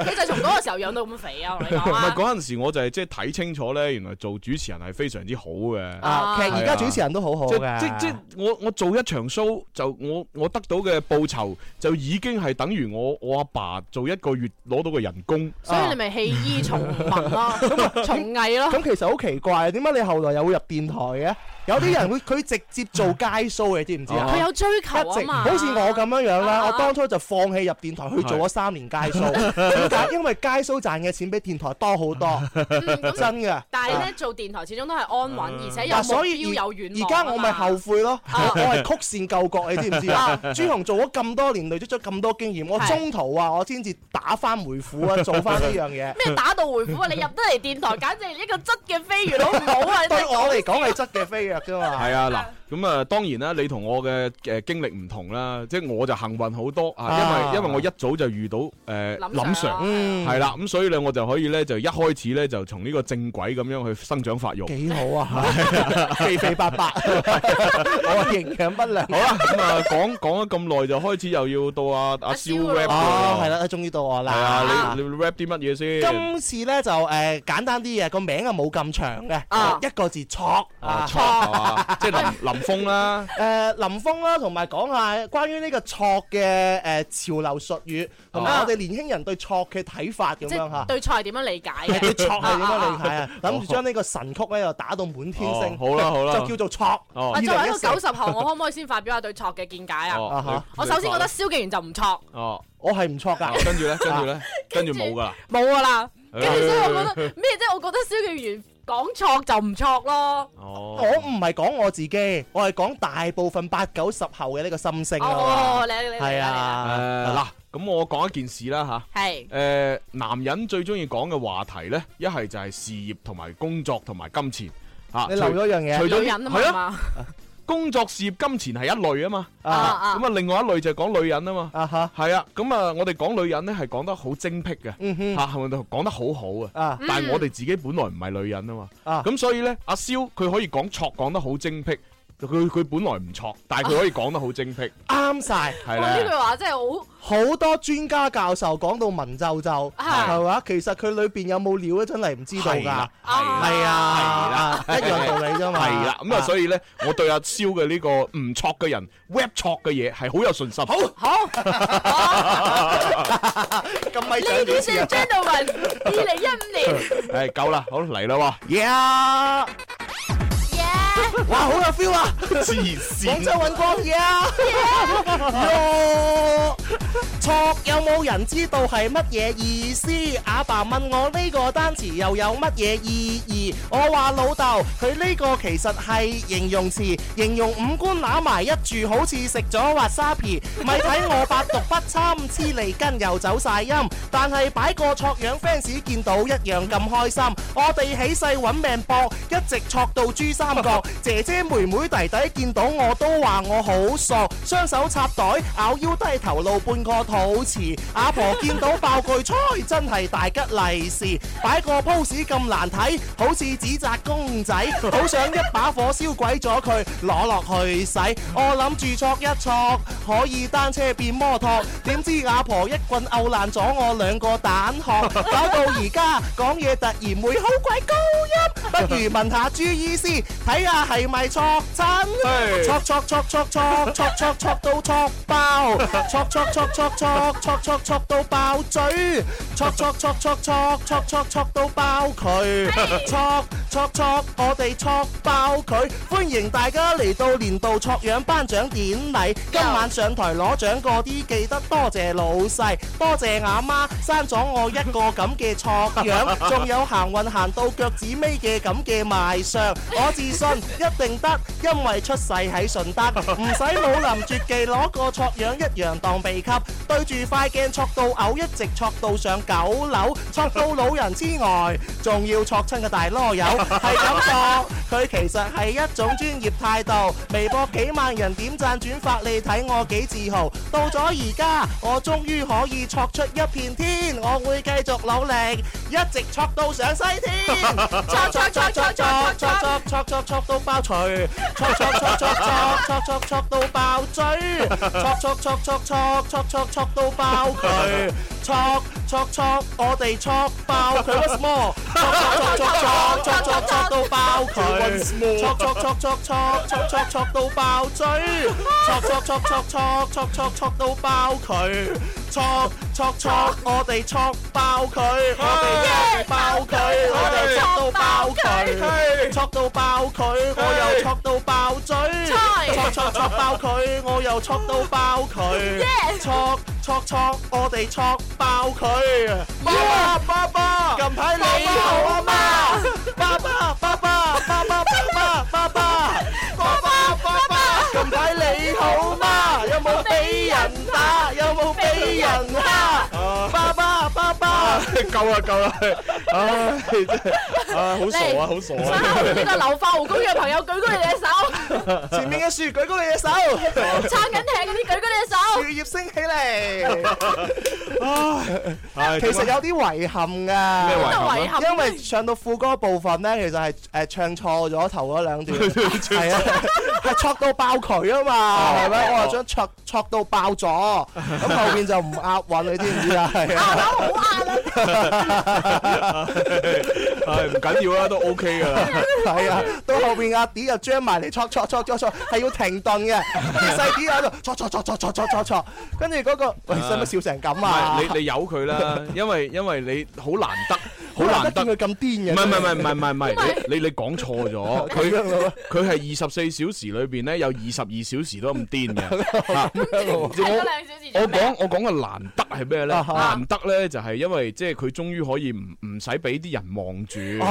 Speaker 4: 你就從嗰個時候養到咁肥啊！我同你
Speaker 2: 唔
Speaker 4: 講
Speaker 2: 係
Speaker 4: 啊，
Speaker 2: 嗰陣時，我就係即係睇清楚咧，原來做主持人係非常之好嘅。
Speaker 3: 啊，其實而家主持人都好好
Speaker 2: 即
Speaker 3: 嘅，
Speaker 2: 即即我我做一場 show 就我我得到嘅報酬就已經係等於我我阿爸做一個月攞到嘅人工。
Speaker 4: 所以你咪
Speaker 3: [LAUGHS]
Speaker 4: 棄
Speaker 3: 啊
Speaker 4: 醫從文咯，從藝咯。
Speaker 3: 咁其實好奇怪，點解你後來又會入電台嘅？有啲人會佢直接做街 show 你知唔知啊？
Speaker 4: 佢有追求
Speaker 3: 一
Speaker 4: 啊
Speaker 3: 直
Speaker 4: 嘛，
Speaker 3: 好似我咁樣樣啦，
Speaker 4: 啊
Speaker 3: 我當初就放棄入電台去做咗三年街 show，點
Speaker 4: [LAUGHS]
Speaker 3: 解？因為街 show 賺嘅錢比電台多好多，
Speaker 4: 嗯咁
Speaker 3: 真嘅。
Speaker 4: 但係咧做電台始終都係安穩，而且
Speaker 3: 嗱，
Speaker 4: 有目
Speaker 3: 所以
Speaker 4: 標有
Speaker 3: 而
Speaker 4: 遠望
Speaker 3: 而家我咪後悔咯，
Speaker 4: 啊
Speaker 3: 我係曲線救國，你知唔知
Speaker 4: [LAUGHS]
Speaker 3: 啊？朱紅做咗咁多年，累積咗咁多經驗，我
Speaker 4: 係
Speaker 3: 中途啊，我先至打翻回府
Speaker 4: [LAUGHS]
Speaker 3: 啊，做翻呢樣嘢。
Speaker 4: 咩打道回府啊！你入得嚟電台，簡直係一個質嘅飛躍，好唔好啊？
Speaker 3: [LAUGHS] 對我嚟講係質嘅飛躍啫嘛。
Speaker 2: 係啊，嗱，咁啊，當然啦，你同我嘅誒經歷唔同啦，即係我就幸運好多啊，
Speaker 3: 啊
Speaker 2: 因為因為我一早就遇到誒
Speaker 4: 諗
Speaker 2: 林 Sir，
Speaker 3: 嗯
Speaker 2: 係啦，咁所以咧我就可以咧就一開始咧就從呢個正軌咁樣去生長發育。
Speaker 3: 幾好
Speaker 4: [LAUGHS]
Speaker 3: 啊，肥肥白白，我營養不
Speaker 4: [LAUGHS]
Speaker 3: 良。
Speaker 2: 好啦，咁啊講講咗咁耐就開始又要到阿阿
Speaker 4: 阿
Speaker 2: 蕭
Speaker 4: 蕭
Speaker 2: rap 㗎
Speaker 3: 哦，啊係
Speaker 2: 喎，
Speaker 3: 啦，終於到我
Speaker 2: 係
Speaker 3: 啦。
Speaker 2: 啊，你你 rap 啲乜嘢先？
Speaker 3: 今次咧就誒簡單啲嘅，個名啊冇咁長
Speaker 4: 啊
Speaker 3: 嘅，一個字錯啊。
Speaker 2: 錯係嘛即係
Speaker 3: [LAUGHS]
Speaker 2: 林林峰啦，
Speaker 3: 誒林峰啦，同埋講下關於呢個錯嘅誒潮流術語，同埋
Speaker 4: 啊
Speaker 3: 我哋年輕人對錯嘅睇法咁
Speaker 4: 即
Speaker 3: 樣嚇
Speaker 4: 係。對錯係點樣理解
Speaker 3: [LAUGHS] 對
Speaker 4: 嘅？
Speaker 3: 錯係點樣理解啊？諗住將呢個神曲咧又打到滿天
Speaker 2: 哦
Speaker 3: 星，
Speaker 2: 好啦好啦
Speaker 3: 就叫做錯。
Speaker 2: 哦
Speaker 4: 啊，作為一個
Speaker 3: 2014
Speaker 4: 九十後，我可唔可以先發表下對錯嘅見解啊？
Speaker 2: 哦
Speaker 3: 啊，
Speaker 2: 你
Speaker 4: 我首先覺得
Speaker 2: 你
Speaker 4: 蕭敬元就唔錯，
Speaker 2: 哦，
Speaker 3: 我係唔錯
Speaker 2: 哦
Speaker 3: 㗎。
Speaker 2: 跟住咧，跟住咧，跟住冇噶啦。
Speaker 4: 冇噶啦。
Speaker 3: 哦
Speaker 4: 跟住所以我覺得
Speaker 2: 哎
Speaker 4: 咩啫？我覺得蕭敬元講錯就唔錯咯。
Speaker 2: 哦
Speaker 3: 我唔係講我自己，我係講大部分八九十後嘅呢個心聲啊
Speaker 4: 哦，。你你
Speaker 3: 係，啊，
Speaker 2: 誒嗱，咁我講一件事啦吓。
Speaker 4: 你係
Speaker 2: 誒，男人最中意講嘅話題咧，一係就係事業同埋工作同埋金錢吓。
Speaker 3: 你留咗一樣嘢
Speaker 2: 除咗
Speaker 4: 女人啊
Speaker 2: 係
Speaker 4: 嘛嘛，
Speaker 2: 工作、事業、金錢係一類啊嘛。
Speaker 4: 啊
Speaker 3: 啊
Speaker 4: 啊
Speaker 2: 咁啊，另外一類就係講女人啊嘛。
Speaker 3: 啊嚇，
Speaker 2: 係啊，咁啊，我哋講女人咧係講得好精辟嘅，
Speaker 3: 嗯哼
Speaker 2: 吓係咪講得好好啊？
Speaker 3: 啊
Speaker 2: 但係我哋自己本來唔係女人啊嘛。
Speaker 3: 啊
Speaker 2: 咁所以咧，阿蕭佢可以講錯講得好精辟，佢佢本來唔錯，但係佢可以講得好精辟，
Speaker 3: 啱晒。
Speaker 2: 係
Speaker 4: 哇！呢
Speaker 2: 咧
Speaker 4: 句。話真係好。
Speaker 3: 好多專家教授講到文縐縐，
Speaker 4: 係
Speaker 3: 係嘛？其實佢裏邊有冇料咧，真係唔知道
Speaker 2: 啊係啦
Speaker 3: 㗎。
Speaker 4: 啊
Speaker 3: 係啊，一樣道理啫嘛。
Speaker 2: 係啦，咁啊，所
Speaker 3: 以
Speaker 2: 以咧，我對阿蕭嘅呢個唔錯嘅人 rap 錯嘅嘢係好有信心。好，
Speaker 4: 好，
Speaker 3: 咁咪想點
Speaker 4: Ladies
Speaker 3: 先
Speaker 4: and gentlemen，二
Speaker 3: 啊
Speaker 4: 零一五年，
Speaker 2: 誒夠啦，好嚟啦
Speaker 3: ？Yeah，哇，好有 feel 啊！
Speaker 2: 喎，黐線！
Speaker 3: 廣州揾光嘢啊！喲錯有冇人知道係乜嘢意思？阿爸問我呢個單詞又有乜嘢意義？我話老豆，佢呢個其實係形容詞，形容五官揦埋一住，好似食咗滑沙皮。咪睇我百毒不侵，黐脷根又走晒音。但係擺個錯樣 fans 見到一樣咁開心。我哋起勢揾命搏，一直錯到珠三角。姐姐、妹妹、弟弟見到我都話我好傻，雙手插袋，咬腰低頭露半個肚臍。阿婆見到爆句菜，真係大吉利是。擺個 pose 咁難睇，好似紙紮公仔，好想一把火燒鬼咗佢，攞落去洗。我諗住錯一錯，可以單車變摩托，點知阿婆一棍毆爛咗我兩個蛋殼，搞到而家講嘢突然會好鬼高音。不如問下朱醫師，睇下係咪錯真？
Speaker 2: 唉
Speaker 3: 戳戳戳戳戳戳戳戳到戳爆，戳戳戳戳戳戳戳戳到爆嘴，戳戳戳戳戳戳戳戳到爆佢，戳戳戳我哋戳爆佢！歡迎大家嚟到年度戳樣頒獎典禮，今晚上台攞獎嗰啲記得多謝老細，多謝阿媽生咗我一個咁嘅戳樣，仲有行運行到腳趾尾嘅咁嘅賣相，我自信一定得，因為出世喺順德，唔使武林絕技攞個戳樣一樣當秘笈，對住塊鏡戳到嘔，一直戳到上九樓，戳到老人痴呆，仲要戳親個大囉柚，係咁戳。佢其實係一種專業態度，微博幾萬人點讚轉發，你睇我幾自豪。到咗而家，我終於可以戳出一片天，我會繼續努力，一直戳到上西天。戳戳戳戳戳戳戳戳戳戳到爆錘，戳戳戳戳戳戳戳戳到爆嘴，戳戳戳戳戳戳戳戳到爆佢，戳戳戳我哋戳爆佢，what's more？戳戳戳戳戳戳戳到爆佢，戳戳戳戳戳戳戳戳到爆嘴，戳戳戳戳戳戳戳戳到爆佢。戳戳戳，我哋戳爆佢，我哋戳爆佢，我哋戳到爆佢，戳到爆佢，我又戳到爆嘴，戳戳戳爆佢，我又戳到爆佢，戳戳戳，我哋戳爆佢，爸爸爸爸，近排你好啊嘛，爸爸爸爸爸爸爸爸爸爸爸爸爸，近排你好嘛？有冇俾人打？有冇俾人啊蝦？爸爸爸爸。 [LAUGHS]
Speaker 2: 够啦够啦，唉，真係啊，好傻啊，好傻
Speaker 3: [LAUGHS]
Speaker 2: 啊！
Speaker 4: 呢個流化湖公園嘅朋友舉高你隻手，
Speaker 3: 前面嘅樹舉高你隻手，
Speaker 4: 撐緊艇嗰啲舉高
Speaker 3: 樹
Speaker 4: 你隻手。
Speaker 3: 葉升起 [LAUGHS] 嚟。
Speaker 2: 唉
Speaker 3: 啊其實有啲遺憾㗎，
Speaker 2: 啊咩遺
Speaker 4: 都遺憾
Speaker 3: 因為唱到副歌部分咧，其實係誒唱錯咗頭嗰
Speaker 2: [LAUGHS]
Speaker 3: 兩段，係啊，係戳到爆佢啊
Speaker 2: 哦
Speaker 3: 嘛，係咪？我話想戳戳到爆咗，咁後面就唔押韻，你知唔
Speaker 2: [LAUGHS]
Speaker 3: 知啊？係啊，
Speaker 4: 好硬啊！
Speaker 2: [LAUGHS] 唉唔緊要啦，都 OK 噶
Speaker 3: [LAUGHS]
Speaker 2: 啦。
Speaker 3: 係啊，到後面阿 D 又將埋嚟戳戳戳戳戳，係要停頓嘅，跟住細 D 喺度戳戳戳戳戳戳戳戳，跟住嗰個喂使乜笑成咁
Speaker 2: 唔
Speaker 3: 啊？
Speaker 2: 係你你由佢啦，因為因為你好難得，好
Speaker 3: 好
Speaker 2: 難
Speaker 3: 難得
Speaker 2: 得。
Speaker 3: 見佢咁癲嘅，
Speaker 2: 唔係唔係唔係唔係唔係，你你你講錯
Speaker 3: [LAUGHS]
Speaker 2: 咗，佢佢係二十四小時裏邊咧有二十二小時都咁
Speaker 3: [LAUGHS]
Speaker 2: 癲嘅。啊
Speaker 4: 睇咗兩小時
Speaker 2: 我
Speaker 4: 做咩
Speaker 2: 講我講嘅難得係咩咧？
Speaker 3: 啊哈
Speaker 2: 難得咧就係因為即係佢終於可以唔唔使俾啲人望住。
Speaker 3: 哦，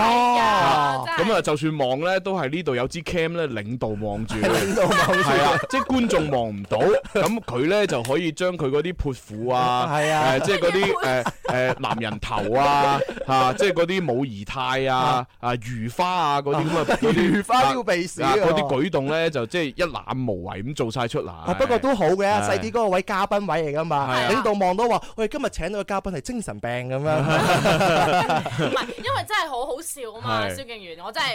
Speaker 4: 哎真係
Speaker 2: 咁啊，就算望咧，都係呢度有支 cam 咧，領導望住，
Speaker 3: 領導望住
Speaker 2: 係啊，即係觀眾望唔到，咁佢咧就可以將佢嗰啲潑婦啊，
Speaker 3: 係啊
Speaker 2: 誒即係嗰
Speaker 3: [LAUGHS]
Speaker 2: 啲誒誒男人頭啊，嚇，即係嗰啲武儀態啊，啊如花啊嗰啲
Speaker 3: [LAUGHS]
Speaker 2: 咁啊，嗰啲
Speaker 3: 如花撩鼻屎
Speaker 2: 啊嗰啲
Speaker 3: 喎
Speaker 2: 舉動咧，就即係一覽無遺咁做晒出
Speaker 3: [LAUGHS] 啊
Speaker 2: 嚟。
Speaker 3: 不過都好嘅，
Speaker 2: 係
Speaker 3: 細啲嗰個位嘉賓位嚟噶嘛，
Speaker 2: 係啊
Speaker 3: 領導望到話：喂，今日請到嘅嘉賓係精神病
Speaker 2: [LAUGHS]
Speaker 3: 咁樣，
Speaker 4: 唔係，因為真係好好笑啊嘛，
Speaker 2: 係
Speaker 4: 蕭敬元，我真係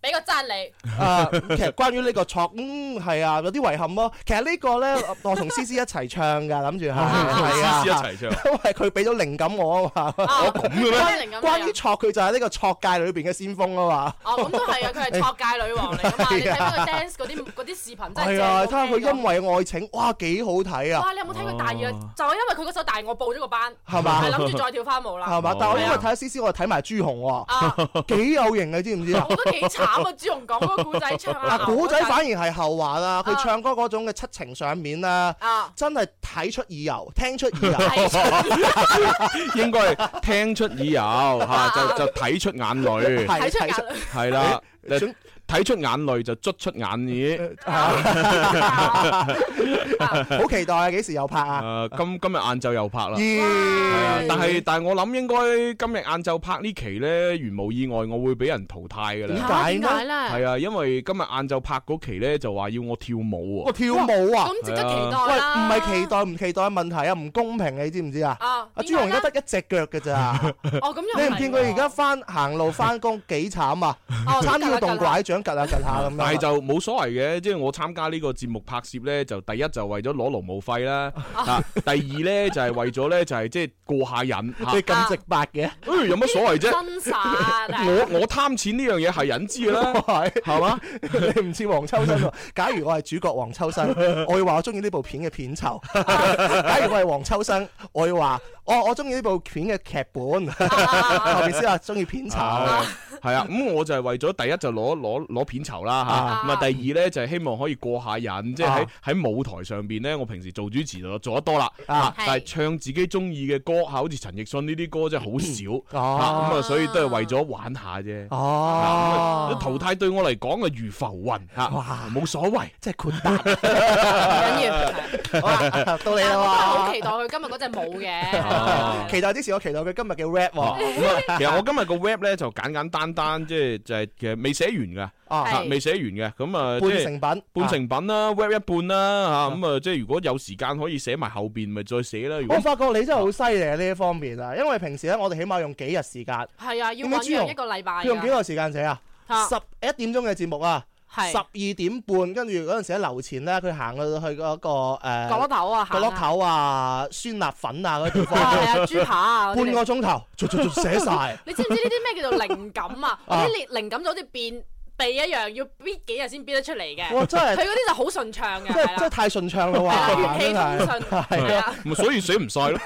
Speaker 4: 俾個讚你。
Speaker 3: 啊，其實關於呢個錯，嗯，係啊，有啲遺憾咯。其實呢 [LAUGHS] 個咧，我同思思一齊唱㗎，諗住係係啊，
Speaker 2: 哦思思一齊
Speaker 3: [LAUGHS]
Speaker 2: 唱。
Speaker 3: 因為佢俾咗靈感我啊
Speaker 2: [LAUGHS]
Speaker 3: 嘛。
Speaker 4: 我
Speaker 2: 咁嘅咩
Speaker 3: 關於錯，佢就係呢個錯界裏邊嘅先鋒啊嘛。
Speaker 4: 哦，咁都係啊，佢係錯界女王嚟噶嘛？你睇翻佢 dance 嗰啲嗰啲視頻真係
Speaker 3: 係
Speaker 4: 正
Speaker 3: 啊，
Speaker 4: 到
Speaker 3: 睇下佢
Speaker 4: 飛咗
Speaker 3: 因為愛情，哇，幾好睇啊！
Speaker 4: 哇！你有冇聽佢大熱啊？就係因為佢嗰首大我報咗個班，
Speaker 3: 係嘛
Speaker 4: 係諗住再跳花舞啦
Speaker 3: 係。嘛？但係我因為睇咗思思，我係睇埋朱紅
Speaker 4: 啊，
Speaker 3: 喎，幾有型啊！知唔知啊？
Speaker 4: 我都幾慘啊！朱紅講嗰個古仔唱啊，
Speaker 3: 嗱，古仔反而係後話啦，佢唱歌嗰種嘅七情上面啦。
Speaker 4: 啊，
Speaker 3: 真係睇出耳油，聽出耳油，
Speaker 2: 應該係聽出耳油嚇，就就睇出眼淚，
Speaker 3: 係
Speaker 4: 睇出眼
Speaker 3: 睇出
Speaker 4: 淚
Speaker 2: 係啦，
Speaker 3: 誒想
Speaker 2: 睇出眼淚就捽出眼耳。
Speaker 3: 好期待啊！幾時又拍啊？
Speaker 2: 誒，今今日晏晝又拍啦。係啊
Speaker 3: 咦，
Speaker 2: 但係但係我諗應該今日晏晝拍呢期呢，如無意外我會俾人淘汰㗎
Speaker 3: 點
Speaker 2: 啦。
Speaker 3: 解呢
Speaker 4: 咧？係
Speaker 2: 係啊，因為今日晏晝拍嗰期呢，就話要我跳舞喎。
Speaker 3: 我跳舞啊！
Speaker 4: 咁值得期
Speaker 3: 喂，
Speaker 4: 待
Speaker 3: 唔
Speaker 4: 啦。
Speaker 3: 係期待唔期待嘅問題啊，唔公平你知唔知啊？
Speaker 4: 啊
Speaker 3: 阿
Speaker 4: 點
Speaker 3: 朱
Speaker 4: 解
Speaker 3: 紅而家
Speaker 4: 咧
Speaker 3: 得一隻腳㗎
Speaker 4: [LAUGHS]
Speaker 3: 咋？
Speaker 4: 哦，咁
Speaker 3: 你
Speaker 4: 又
Speaker 3: 唔見佢而家翻行路翻工幾慘啊？
Speaker 4: 哦
Speaker 3: 參腰
Speaker 4: 吉啦
Speaker 3: 動
Speaker 4: 吉啦
Speaker 3: 拐杖，趌下趌下咁樣。
Speaker 2: 但係就冇所謂嘅，即係我參加呢個節目拍攝呢，就第一就為咗攞勞務費啦，啊，第二呢，就係為咗呢，就係即係過下癮嚇
Speaker 3: 你咁直白嘅，
Speaker 2: 誒有乜所謂啫？
Speaker 4: 真實？
Speaker 2: 我我貪錢呢樣嘢係人知㗎
Speaker 3: [LAUGHS]
Speaker 2: 啦，
Speaker 3: 係
Speaker 2: 係嘛？
Speaker 3: 你唔似黃秋生喎。假如我係主角黃秋生，
Speaker 2: [LAUGHS]
Speaker 3: 我要話我中意呢部片嘅片酬； [LAUGHS] 假如我係黃秋生，我要話哦我我中意呢部片嘅劇本。
Speaker 2: [LAUGHS]
Speaker 3: 後面先話中意片酬。
Speaker 2: 係啊，咁我就係為咗第一就攞攞攞片酬啦
Speaker 3: 啊
Speaker 2: 吓，咁啊第二咧就係希望可以過下癮，即係喺
Speaker 3: 啊
Speaker 2: 喺舞台上邊咧，我平時做主持就做得多啦，
Speaker 3: 啊
Speaker 2: 啊
Speaker 4: 係
Speaker 2: 但係唱自己中意嘅歌，好似陳奕迅呢啲歌真係好少，
Speaker 3: 哦
Speaker 2: 啊咁啊所以都係為咗玩下啫。
Speaker 3: 哦，
Speaker 2: 淘汰對我嚟講啊如浮雲
Speaker 3: 哇
Speaker 2: 吓，冇所謂。
Speaker 3: 即係豁
Speaker 2: [LAUGHS]
Speaker 3: 達。
Speaker 4: 唔緊要，
Speaker 3: [LAUGHS] 好啦，啊到你
Speaker 4: 但係我都係好
Speaker 3: 啦
Speaker 4: 期待佢今日嗰隻舞
Speaker 2: 啊
Speaker 3: 喎。
Speaker 4: 嘅。
Speaker 3: 期待之前，我期待佢今日嘅 rap
Speaker 2: 啊
Speaker 3: 喎。
Speaker 2: 咁啊其實我今日個 rap 咧就簡簡單單，即係就係其實未寫完噶，
Speaker 3: 啊，
Speaker 2: 啊
Speaker 4: 係
Speaker 2: 未寫完嘅，咁啊即
Speaker 3: 半
Speaker 2: 係
Speaker 3: 成品，啊
Speaker 2: 半成品啦，rap 一半啦吓，咁啊，即係如果有時間可以寫埋後邊，咪再寫啦。如果
Speaker 3: 我發覺你真係好犀利啊！呢一方面啊，因為平時咧，我哋起碼用幾日時間，
Speaker 4: 係啊，要
Speaker 3: 點解
Speaker 4: 醖
Speaker 3: 朱紅
Speaker 4: 釀一個禮拜
Speaker 3: 佢用幾
Speaker 4: 㗎。
Speaker 3: 耐時間寫啊？
Speaker 4: 啊
Speaker 3: 十一點鐘嘅節目啊，
Speaker 4: 係
Speaker 3: 十二點半，跟住嗰陣時喺樓前咧，佢行到去嗰個誒
Speaker 4: 角落頭啊，
Speaker 3: 角落
Speaker 4: 行啊
Speaker 3: 頭啊、酸辣粉啊嗰啲地
Speaker 4: [LAUGHS] 哇
Speaker 3: 方，
Speaker 4: 係啊，豬扒啊，嗰啲
Speaker 3: 半個鐘頭，逐逐逐寫晒。
Speaker 4: [LAUGHS] 你知唔知呢啲咩叫做靈感啊？
Speaker 3: [LAUGHS] 啊
Speaker 4: 呢啲靈感就好似變。避一樣，要逼幾日先逼得出嚟嘅。
Speaker 3: 哇真係
Speaker 4: 佢嗰啲就好順暢嘅，
Speaker 3: 真係
Speaker 4: 係
Speaker 3: 真係
Speaker 4: 啦，
Speaker 3: 太順暢啦
Speaker 4: 啊係啦
Speaker 3: 喎，
Speaker 4: 血氣
Speaker 3: 真
Speaker 4: 通
Speaker 3: 係
Speaker 4: 順，係啊，
Speaker 2: 咪所以死唔
Speaker 3: [LAUGHS]
Speaker 2: 晒咯。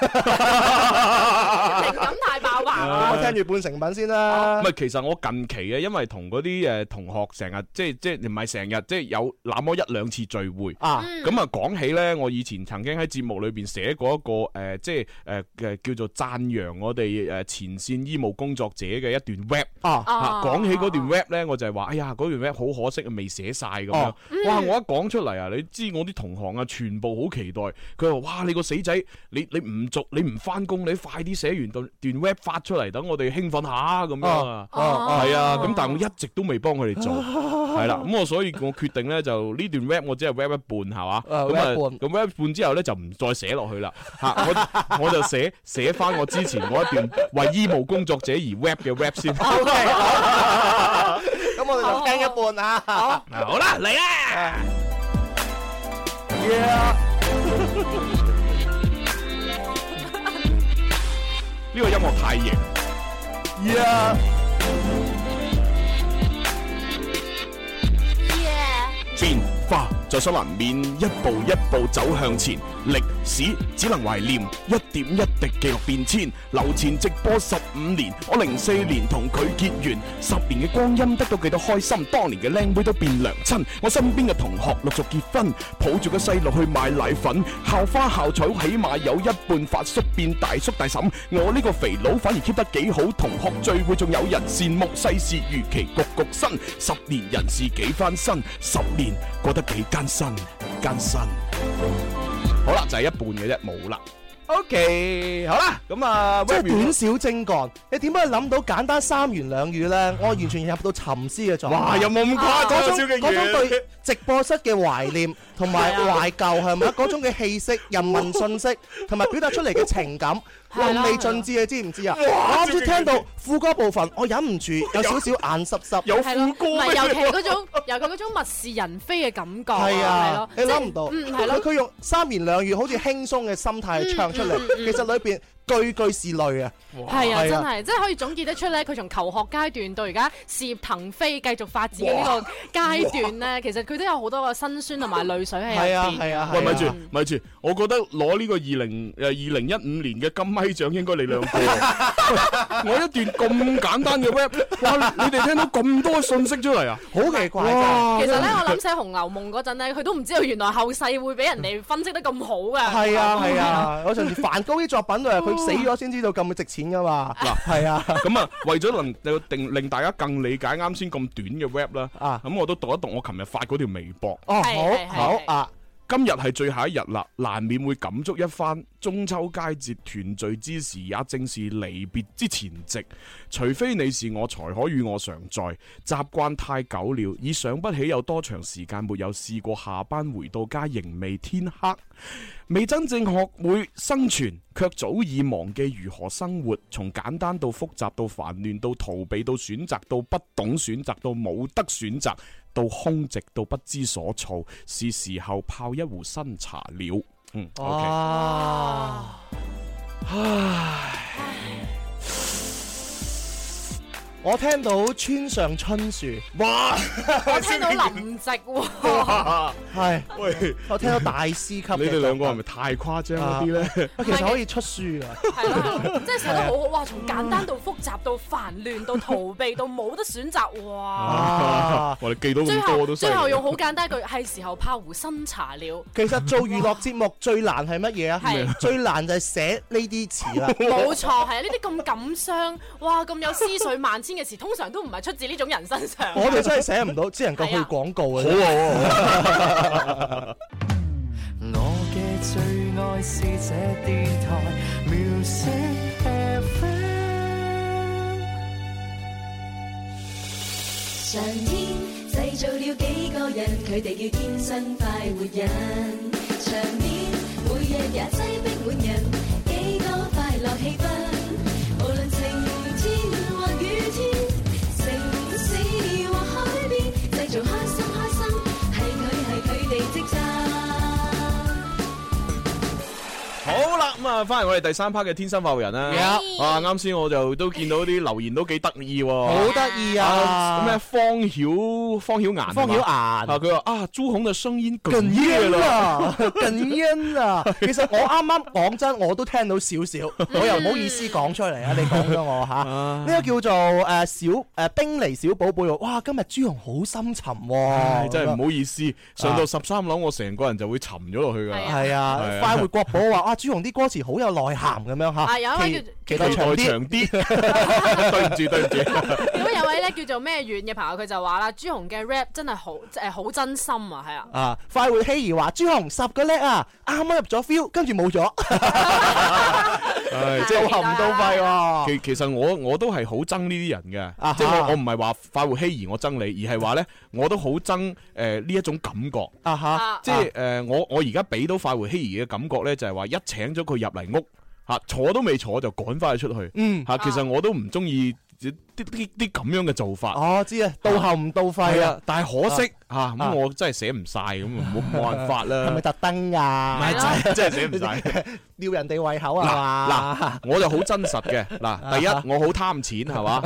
Speaker 4: 靈感太爆
Speaker 3: [LAUGHS]
Speaker 4: 棚啦。
Speaker 3: 我聽住半成品先啦
Speaker 2: 唔。係，啊其實我近期啊嘅，因為同嗰啲誒同學成日即係即係唔係成日即係有那麼一兩次聚會。
Speaker 4: 哦
Speaker 3: 啊，
Speaker 2: 咁啊，講起咧，我以前曾經喺節目裏邊寫過一個誒、呃即係誒嘅叫做讚揚我哋誒前線醫務工作者嘅一段 rap。
Speaker 3: 啊，
Speaker 2: 啊
Speaker 4: 啊，
Speaker 2: 講起嗰段 rap 咧，我就係話，哎呀，嗰段 rap 好可惜啊，未寫晒咁樣
Speaker 3: 哦。
Speaker 2: 哇！我一講出嚟啊，你知我啲同行啊，全部好期待。佢話：哇！你個死仔，你你唔做，你唔翻工，你快啲寫完段段 rap 發出嚟，等我哋興奮下咁樣啊。
Speaker 3: 哦哦
Speaker 2: 係啊，咁但係我一直都未幫佢哋
Speaker 3: [LAUGHS]
Speaker 2: 做，係啦，咁我所以我決定咧就呢段 rap 我只係 rap 一半係嘛，
Speaker 3: 誒
Speaker 2: 咁
Speaker 3: 啊
Speaker 2: 啊
Speaker 3: rap 一半
Speaker 2: 咁 rap 一半之後咧就唔再寫落去啦，吓我 [LAUGHS] 我就寫寫翻我之前嗰一段為醫務工作者而 rap 嘅 rap
Speaker 3: [LAUGHS]
Speaker 2: 先，
Speaker 3: O K，好
Speaker 2: [LAUGHS]
Speaker 3: 咁我哋
Speaker 4: 哦
Speaker 3: 就聽一半啊。
Speaker 2: 好啦嚟啦，
Speaker 3: Yeah
Speaker 2: [LAUGHS] 呢個音樂太型，
Speaker 3: yeah，
Speaker 2: 變化在所難免，一步一步走向前，歷史只能懷念，一點一滴記錄變遷，流前直播十五年，我零四年同佢結緣，十年嘅光陰得到幾多開心，當年嘅靚妹都變娘親，我身邊嘅同學陸續結婚，抱住個細路去買奶粉，校花校草起碼有一半發叔變大叔大嬸，我呢個肥佬反而 keep 得幾好，同學聚會仲有人羨慕，世事如棋局局新，十年人事幾翻身，十年過得幾艱辛，艱辛。好啦，就係、一半嘅啫，冇啦。OK，好啦，咁啊，
Speaker 3: 即係
Speaker 2: rap 完啦
Speaker 3: 短小精幹。你點解諗到簡單三言兩語咧？我完全入到沉思嘅狀態。
Speaker 2: 哇，有冇咁誇張啊？
Speaker 3: 嗰種
Speaker 2: 蕭敬
Speaker 3: 嗰種
Speaker 2: 遠
Speaker 3: 對直播室嘅懷念同埋懷舊 [LAUGHS] 係啊咪嗰種嘅氣息、人民信 [LAUGHS] 息同埋表達出嚟嘅情感，
Speaker 4: 係
Speaker 3: 淋
Speaker 4: 啦
Speaker 3: 漓盡致，你知唔啊知啊？
Speaker 2: 哇
Speaker 3: 我啱先聽到副歌部分，我忍唔 [LAUGHS] 住有少少眼濕濕。
Speaker 2: 有
Speaker 4: 係咯，
Speaker 2: 副歌
Speaker 4: 唔係尤其
Speaker 2: 咩？
Speaker 4: 嗰種， [LAUGHS] 尤其嗰種物是人非嘅感覺，
Speaker 3: 係
Speaker 4: 係
Speaker 3: 啊
Speaker 4: 咯，，
Speaker 3: 你
Speaker 4: 即係
Speaker 3: 諗唔到，
Speaker 4: 嗯，係
Speaker 3: 佢 [LAUGHS]
Speaker 4: 咯，
Speaker 3: 佢用三言兩語好似輕鬆嘅心態去唱出嚟，其實裏邊句句是淚啊！
Speaker 4: 係
Speaker 3: 係啊
Speaker 4: 啊，真係，即係可以總結得出咧，佢從求學階段到而家事業騰飛、繼續發展嘅呢個階段 [LAUGHS] 咧，其實佢都有好多個辛酸同埋淚水喺入
Speaker 3: 係啊，
Speaker 4: 邊。
Speaker 3: 係啊，
Speaker 2: 喂，
Speaker 3: 係啊
Speaker 2: 咪住，咪住，我覺得攞呢個二零誒二零一五年嘅金咪獎應該你兩
Speaker 3: [LAUGHS]
Speaker 2: 個。我一段咁簡單嘅 rap，哇！你哋聽到咁多信息出嚟啊！
Speaker 3: 好奇怪真係
Speaker 2: 哇
Speaker 4: 其實咧，我諗寫《紅樓夢》嗰陣咧，佢都唔知道原來後世會俾人
Speaker 3: [LAUGHS]
Speaker 4: 哋分析得咁好㗎。
Speaker 3: 係啊係啊！我上次梵高啲作品都係佢死咗先知道咁值錢噶嘛。嗱，係啊，
Speaker 2: 咁啊，為咗能定令大家更理解啱先咁短嘅 rap 啦，
Speaker 3: 啊
Speaker 2: 咁我都讀一讀我琴日發嗰條微博。
Speaker 3: 哦，
Speaker 4: 係係係
Speaker 3: 好好
Speaker 4: 係
Speaker 3: 啊，
Speaker 2: 今日係最後一日啦，難免會感觸一番。中秋佳節團聚之時，也正是離別之前夕。除非你是我，才可與我常在。習慣太久了，已想不起有多長時間沒有試過下班回到家仍未天黑。未真正學會生存，卻早已忘記如何生活。從簡單到複雜，到煩亂，到逃避，到選擇，到不懂選擇，到冇得選擇，到空寂，到不知所措。是時候泡一壺新茶了。嗯，OK，
Speaker 3: 哦。我聽到村上春樹，
Speaker 2: 哇！
Speaker 4: [LAUGHS] 我聽到林
Speaker 3: [LAUGHS]
Speaker 4: 夕喎，
Speaker 3: 係
Speaker 2: [LAUGHS] 喂，
Speaker 3: 我聽到大師級
Speaker 2: [LAUGHS]
Speaker 3: 嘅。
Speaker 2: 你哋兩個係咪太誇張嗰啲
Speaker 4: [LAUGHS]
Speaker 2: 呢？
Speaker 3: 啊其實可以出書㗎。
Speaker 4: 係啦，即係寫得好
Speaker 3: 啊
Speaker 4: 好。哇，從簡單到複雜到煩亂到逃避到冇得選擇，
Speaker 3: [LAUGHS]
Speaker 4: 哇！
Speaker 3: 啊
Speaker 2: 我哋記到
Speaker 4: 最
Speaker 2: 咁多
Speaker 4: 後
Speaker 2: 都犀
Speaker 4: 最
Speaker 2: 利
Speaker 4: 後用好簡單一句，係時候泡壺新
Speaker 2: [LAUGHS]
Speaker 4: 茶了。
Speaker 3: 其實做娛樂節目最難係乜嘢啊
Speaker 4: 係？
Speaker 3: 最難就係寫呢啲詞啦。
Speaker 2: [LAUGHS]
Speaker 4: 冇錯，係啊！呢啲咁感傷，哇咁有思緒萬千嘅詞，通常都唔係出自呢種人身上。
Speaker 3: 我
Speaker 4: [LAUGHS]
Speaker 3: 哋真係寫唔到，只能夠去
Speaker 4: 係啊
Speaker 3: 廣告
Speaker 2: 好
Speaker 3: 嘅。
Speaker 2: 啊！
Speaker 1: 我嘅最愛是這電台 Music FM。
Speaker 9: 上天製造了幾個人，佢哋叫天生快活人。場面每日也擠逼滿人，幾多快樂氣氛。無論晴天或雨天，城市或海邊，製造開心開心，係佢係佢哋職責。
Speaker 2: 好啦，咁啊，啊，翻嚟我哋第三 part 嘅天生發育人啦。
Speaker 3: Yeah
Speaker 2: 啊，啱先我就都見到啲留言都幾得意喎。
Speaker 3: [LAUGHS] 好得意
Speaker 2: 啊
Speaker 3: 啊！
Speaker 2: 咩方曉方曉顏，
Speaker 3: 方曉
Speaker 2: 啊
Speaker 3: 顏
Speaker 2: 嘛，啊。佢話啊朱紅嘅聲音哽
Speaker 3: 近
Speaker 2: 咽
Speaker 3: 煙
Speaker 2: 啦。
Speaker 3: 啊， [LAUGHS] 近煙啊！其實我啱啱講真，我都聽到少
Speaker 2: [LAUGHS]
Speaker 3: 少，我又唔好意思講出嚟啊！你講咗我吓，呢個叫做誒小誒冰梨小寶貝喎，哇！今日朱紅好深沉
Speaker 2: 唉
Speaker 3: 喎，
Speaker 2: 哎真係唔好意思，上到
Speaker 3: 啊
Speaker 2: 十三樓我成個人就會沉咗落去㗎
Speaker 4: 係
Speaker 2: 啦。
Speaker 3: 係
Speaker 2: 係啊
Speaker 3: 啊！快活國寶話啊，朱紅啲歌詞好有內涵咁樣
Speaker 4: 啊
Speaker 3: 吓，
Speaker 4: 有一位
Speaker 3: 期
Speaker 2: 期
Speaker 3: 期
Speaker 2: 待
Speaker 3: 待長啲。
Speaker 2: 長啲，對唔住對唔住。
Speaker 4: 咁有位咧叫做咩遠嘅朋友，佢就話啦，朱紅嘅 rap 真係好誒好真心啊，係啊。
Speaker 3: 啊！快活希兒話：朱紅十個叻啊，啱啱入咗 feel，跟住冇咗，
Speaker 2: 唉，即係
Speaker 3: 就
Speaker 4: [LAUGHS] 期待啊
Speaker 3: 含
Speaker 4: 啦
Speaker 3: 到肺喎。
Speaker 2: 其其實我我都係好憎呢啲人
Speaker 3: 啊哈
Speaker 2: 嘅，即係我我唔係話快活希兒我憎你，而係話咧我都好憎誒呢一種感覺。
Speaker 3: 啊哈！
Speaker 4: 啊
Speaker 2: 即係誒、呃我我而家俾到快活希兒嘅感覺咧，就係話一請咗佢入嚟屋嚇、啊坐都未坐就趕翻佢出去
Speaker 3: 嗯
Speaker 2: 嚇、，啊其實我都唔中意啲啲啲咁樣嘅做法。
Speaker 3: 我知啊，到喉唔到肺
Speaker 2: 係
Speaker 3: 啊
Speaker 2: 啊，，但係可惜嚇，啊咁、
Speaker 3: 啊
Speaker 2: 我真係寫唔晒，咁冇冇辦法
Speaker 3: 係咪啊
Speaker 2: 啦。
Speaker 3: 特
Speaker 2: 唔
Speaker 3: 登㗎？
Speaker 2: 係真係真係寫唔晒。 [LAUGHS]
Speaker 3: [LAUGHS] 吊人哋胃口啊
Speaker 2: 嗱嗱
Speaker 3: 嘛？，
Speaker 2: 我就好真實
Speaker 3: [LAUGHS]
Speaker 2: 嘅。嗱，
Speaker 3: 啊
Speaker 2: 第一我好貪錢係嘛，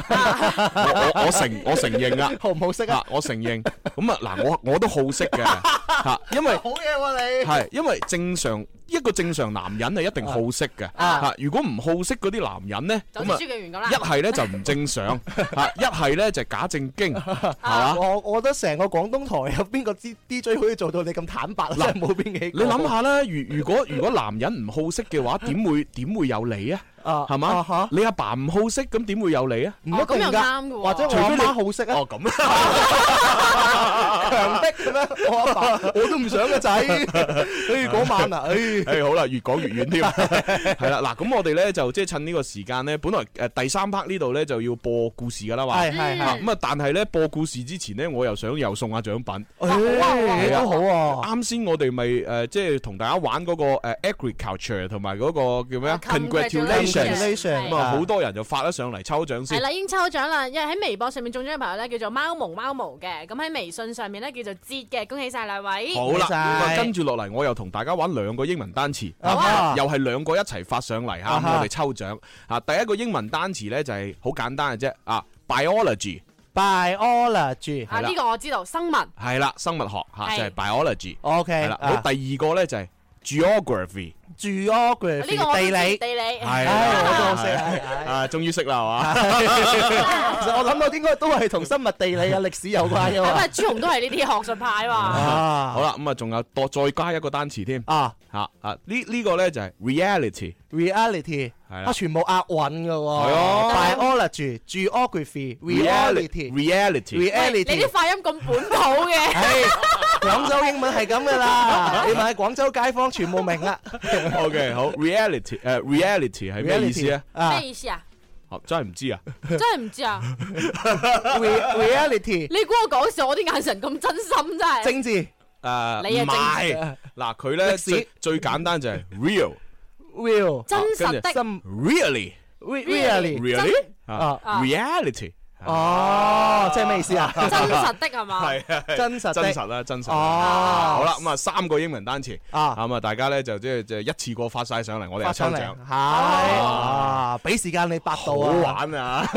Speaker 2: 我我我承我承認啦，
Speaker 3: [LAUGHS] 好唔好識
Speaker 2: 嚇
Speaker 3: 啊？
Speaker 2: 我承認。咁啊嗱，我我都好色
Speaker 3: [LAUGHS]
Speaker 2: 嘅嚇，因為。
Speaker 3: 好嘢喎你！
Speaker 2: 系，因為正常一個正常男人係一定好色嘅，
Speaker 3: 啊
Speaker 2: 吓如果唔好色嗰啲男人咧，
Speaker 4: 就好
Speaker 2: 咁
Speaker 4: 似
Speaker 2: 啊
Speaker 4: 朱敬源咁啦
Speaker 2: 一，係咧就唔正
Speaker 3: [LAUGHS]
Speaker 2: 常，吓一係咧就假正經，係嘛？
Speaker 4: 啊
Speaker 3: 我我覺得成個廣東台有邊個 D D J 可以做到你咁坦白啊？真係冇邊幾個
Speaker 2: 你諗下啦，如如果如果男人唔好色嘅話，點會點會有你啊？
Speaker 3: 啊
Speaker 2: 係
Speaker 3: 啊
Speaker 2: 嘛
Speaker 3: 哈？
Speaker 2: 你阿爸唔好色，咁點會有你啊？
Speaker 3: 唔一定
Speaker 4: 哦咁又
Speaker 3: 㗎，
Speaker 4: 啱㗎喎
Speaker 3: 或者我
Speaker 2: 除
Speaker 3: 阿
Speaker 2: 非你
Speaker 3: 媽好識啊，
Speaker 2: 哦，咁啦，
Speaker 3: [LAUGHS] 強迫咁樣，我阿
Speaker 2: [LAUGHS]
Speaker 3: 爸我都唔想個仔。唉，嗰晚啊， [LAUGHS] 唉。
Speaker 2: 誒好啦，越講越遠添，係啦，嗱，咁我哋咧就即係趁呢個時間咧，本來誒第三 part 呢度咧就要播故事噶啦嘛，
Speaker 3: 係係
Speaker 2: 啊
Speaker 3: 係，
Speaker 2: 咁啊，但係咧播故事之前咧，我又想又送下獎品。
Speaker 3: 誒
Speaker 2: 好啊
Speaker 3: 都好喎，
Speaker 2: 啱先我哋咪誒即係同大家玩嗰個誒 agriculture 同埋嗰個叫咩啊
Speaker 4: Congratulations
Speaker 2: congratulations 咁啊，好
Speaker 3: 多
Speaker 2: 多人就發咗上嚟抽獎
Speaker 4: 係
Speaker 2: 先。
Speaker 4: 啦，已經抽獎啦，因為喺微博上面中獎嘅朋友咧叫做貓毛貓毛嘅，咁喺微信上面咧叫做哲嘅，恭喜晒兩位。
Speaker 2: 好啦，咁
Speaker 3: 唔該晒
Speaker 2: 啊跟住落嚟，我又同大家玩兩個英文單詞，
Speaker 3: 好啊
Speaker 2: 又係兩個一齊發上嚟嚇，
Speaker 3: 啊
Speaker 2: 咁
Speaker 3: 哈
Speaker 2: 我哋抽獎啊。第一個英文單詞咧就係好簡單嘅啫啊，biology
Speaker 3: biology。
Speaker 4: 啊，
Speaker 2: 係啦
Speaker 4: 呢個我知道，生物。
Speaker 2: 係啦，生物學嚇
Speaker 4: 係
Speaker 2: 就係 biology
Speaker 3: OK，
Speaker 2: 係啦。好，
Speaker 3: 啊
Speaker 2: 第二個咧就係 geography
Speaker 4: 呢個我
Speaker 3: geography
Speaker 4: 都
Speaker 3: 地
Speaker 4: 知
Speaker 3: 理，
Speaker 4: 地理
Speaker 2: 係啊
Speaker 3: 唉，
Speaker 2: 啦
Speaker 3: 我都好識啊
Speaker 2: 係
Speaker 3: 係
Speaker 2: 啊，終於識啦係嘛？
Speaker 3: [LAUGHS] 其 [LAUGHS] 實我諗到應該都係同生物地理啊、歷史有關
Speaker 4: [LAUGHS]
Speaker 3: 嘅
Speaker 4: 咁
Speaker 3: 嘛
Speaker 4: 啊，。朱紅都係呢啲學術派喎。
Speaker 3: 啊，
Speaker 2: 好啦，咁啊，仲有多再加一個單詞添，
Speaker 3: 啊
Speaker 2: 吓啊呢呢個咧就係 reality，
Speaker 3: ，reality
Speaker 2: 係啦
Speaker 3: 啊，全部押韻嘅喎。
Speaker 2: 係啊
Speaker 3: biology、geography、reality、
Speaker 2: reality，
Speaker 4: 喂你
Speaker 3: reality
Speaker 4: 啲。發音咁本土嘅。
Speaker 3: 唉，廣州英文係咁
Speaker 4: [LAUGHS]
Speaker 3: 嘅啦，你問下廣州街坊全部明啦。
Speaker 2: [LAUGHS] OK，好 reality，誒 reality 係咩意思啊？
Speaker 3: [LAUGHS] 啊
Speaker 4: 咩意思啊？
Speaker 2: 哦真係唔知啊，
Speaker 4: 真係唔知啊！
Speaker 3: re-，reality
Speaker 4: 你估我講笑，我啲眼神咁真心真
Speaker 3: [LAUGHS]
Speaker 4: 係。
Speaker 3: 政治
Speaker 2: 誒
Speaker 4: 你啊
Speaker 2: 唔係，嗱佢咧
Speaker 3: 歷史
Speaker 2: 最最簡單就係 real，really，
Speaker 3: real
Speaker 4: 真實
Speaker 2: 跟
Speaker 4: 的
Speaker 3: 心 re- really
Speaker 2: really
Speaker 3: 啊
Speaker 2: 啊 reality
Speaker 3: 哦，即係咩意思
Speaker 2: [LAUGHS]
Speaker 3: 啊？
Speaker 4: 真實的係嘛？
Speaker 2: 係啊
Speaker 3: [LAUGHS] 真實的
Speaker 2: 真實啦，真實啦。
Speaker 3: 哦
Speaker 2: 好啦，咁啊三個英文單詞
Speaker 3: 啊
Speaker 2: 咁啊大家咧就即係即係一次過發晒上嚟，我哋
Speaker 3: 發
Speaker 2: 就抽
Speaker 3: 上嚟
Speaker 2: 獎。
Speaker 3: 係啊，俾時間你百
Speaker 2: 好
Speaker 3: 度啊！
Speaker 2: 玩啊！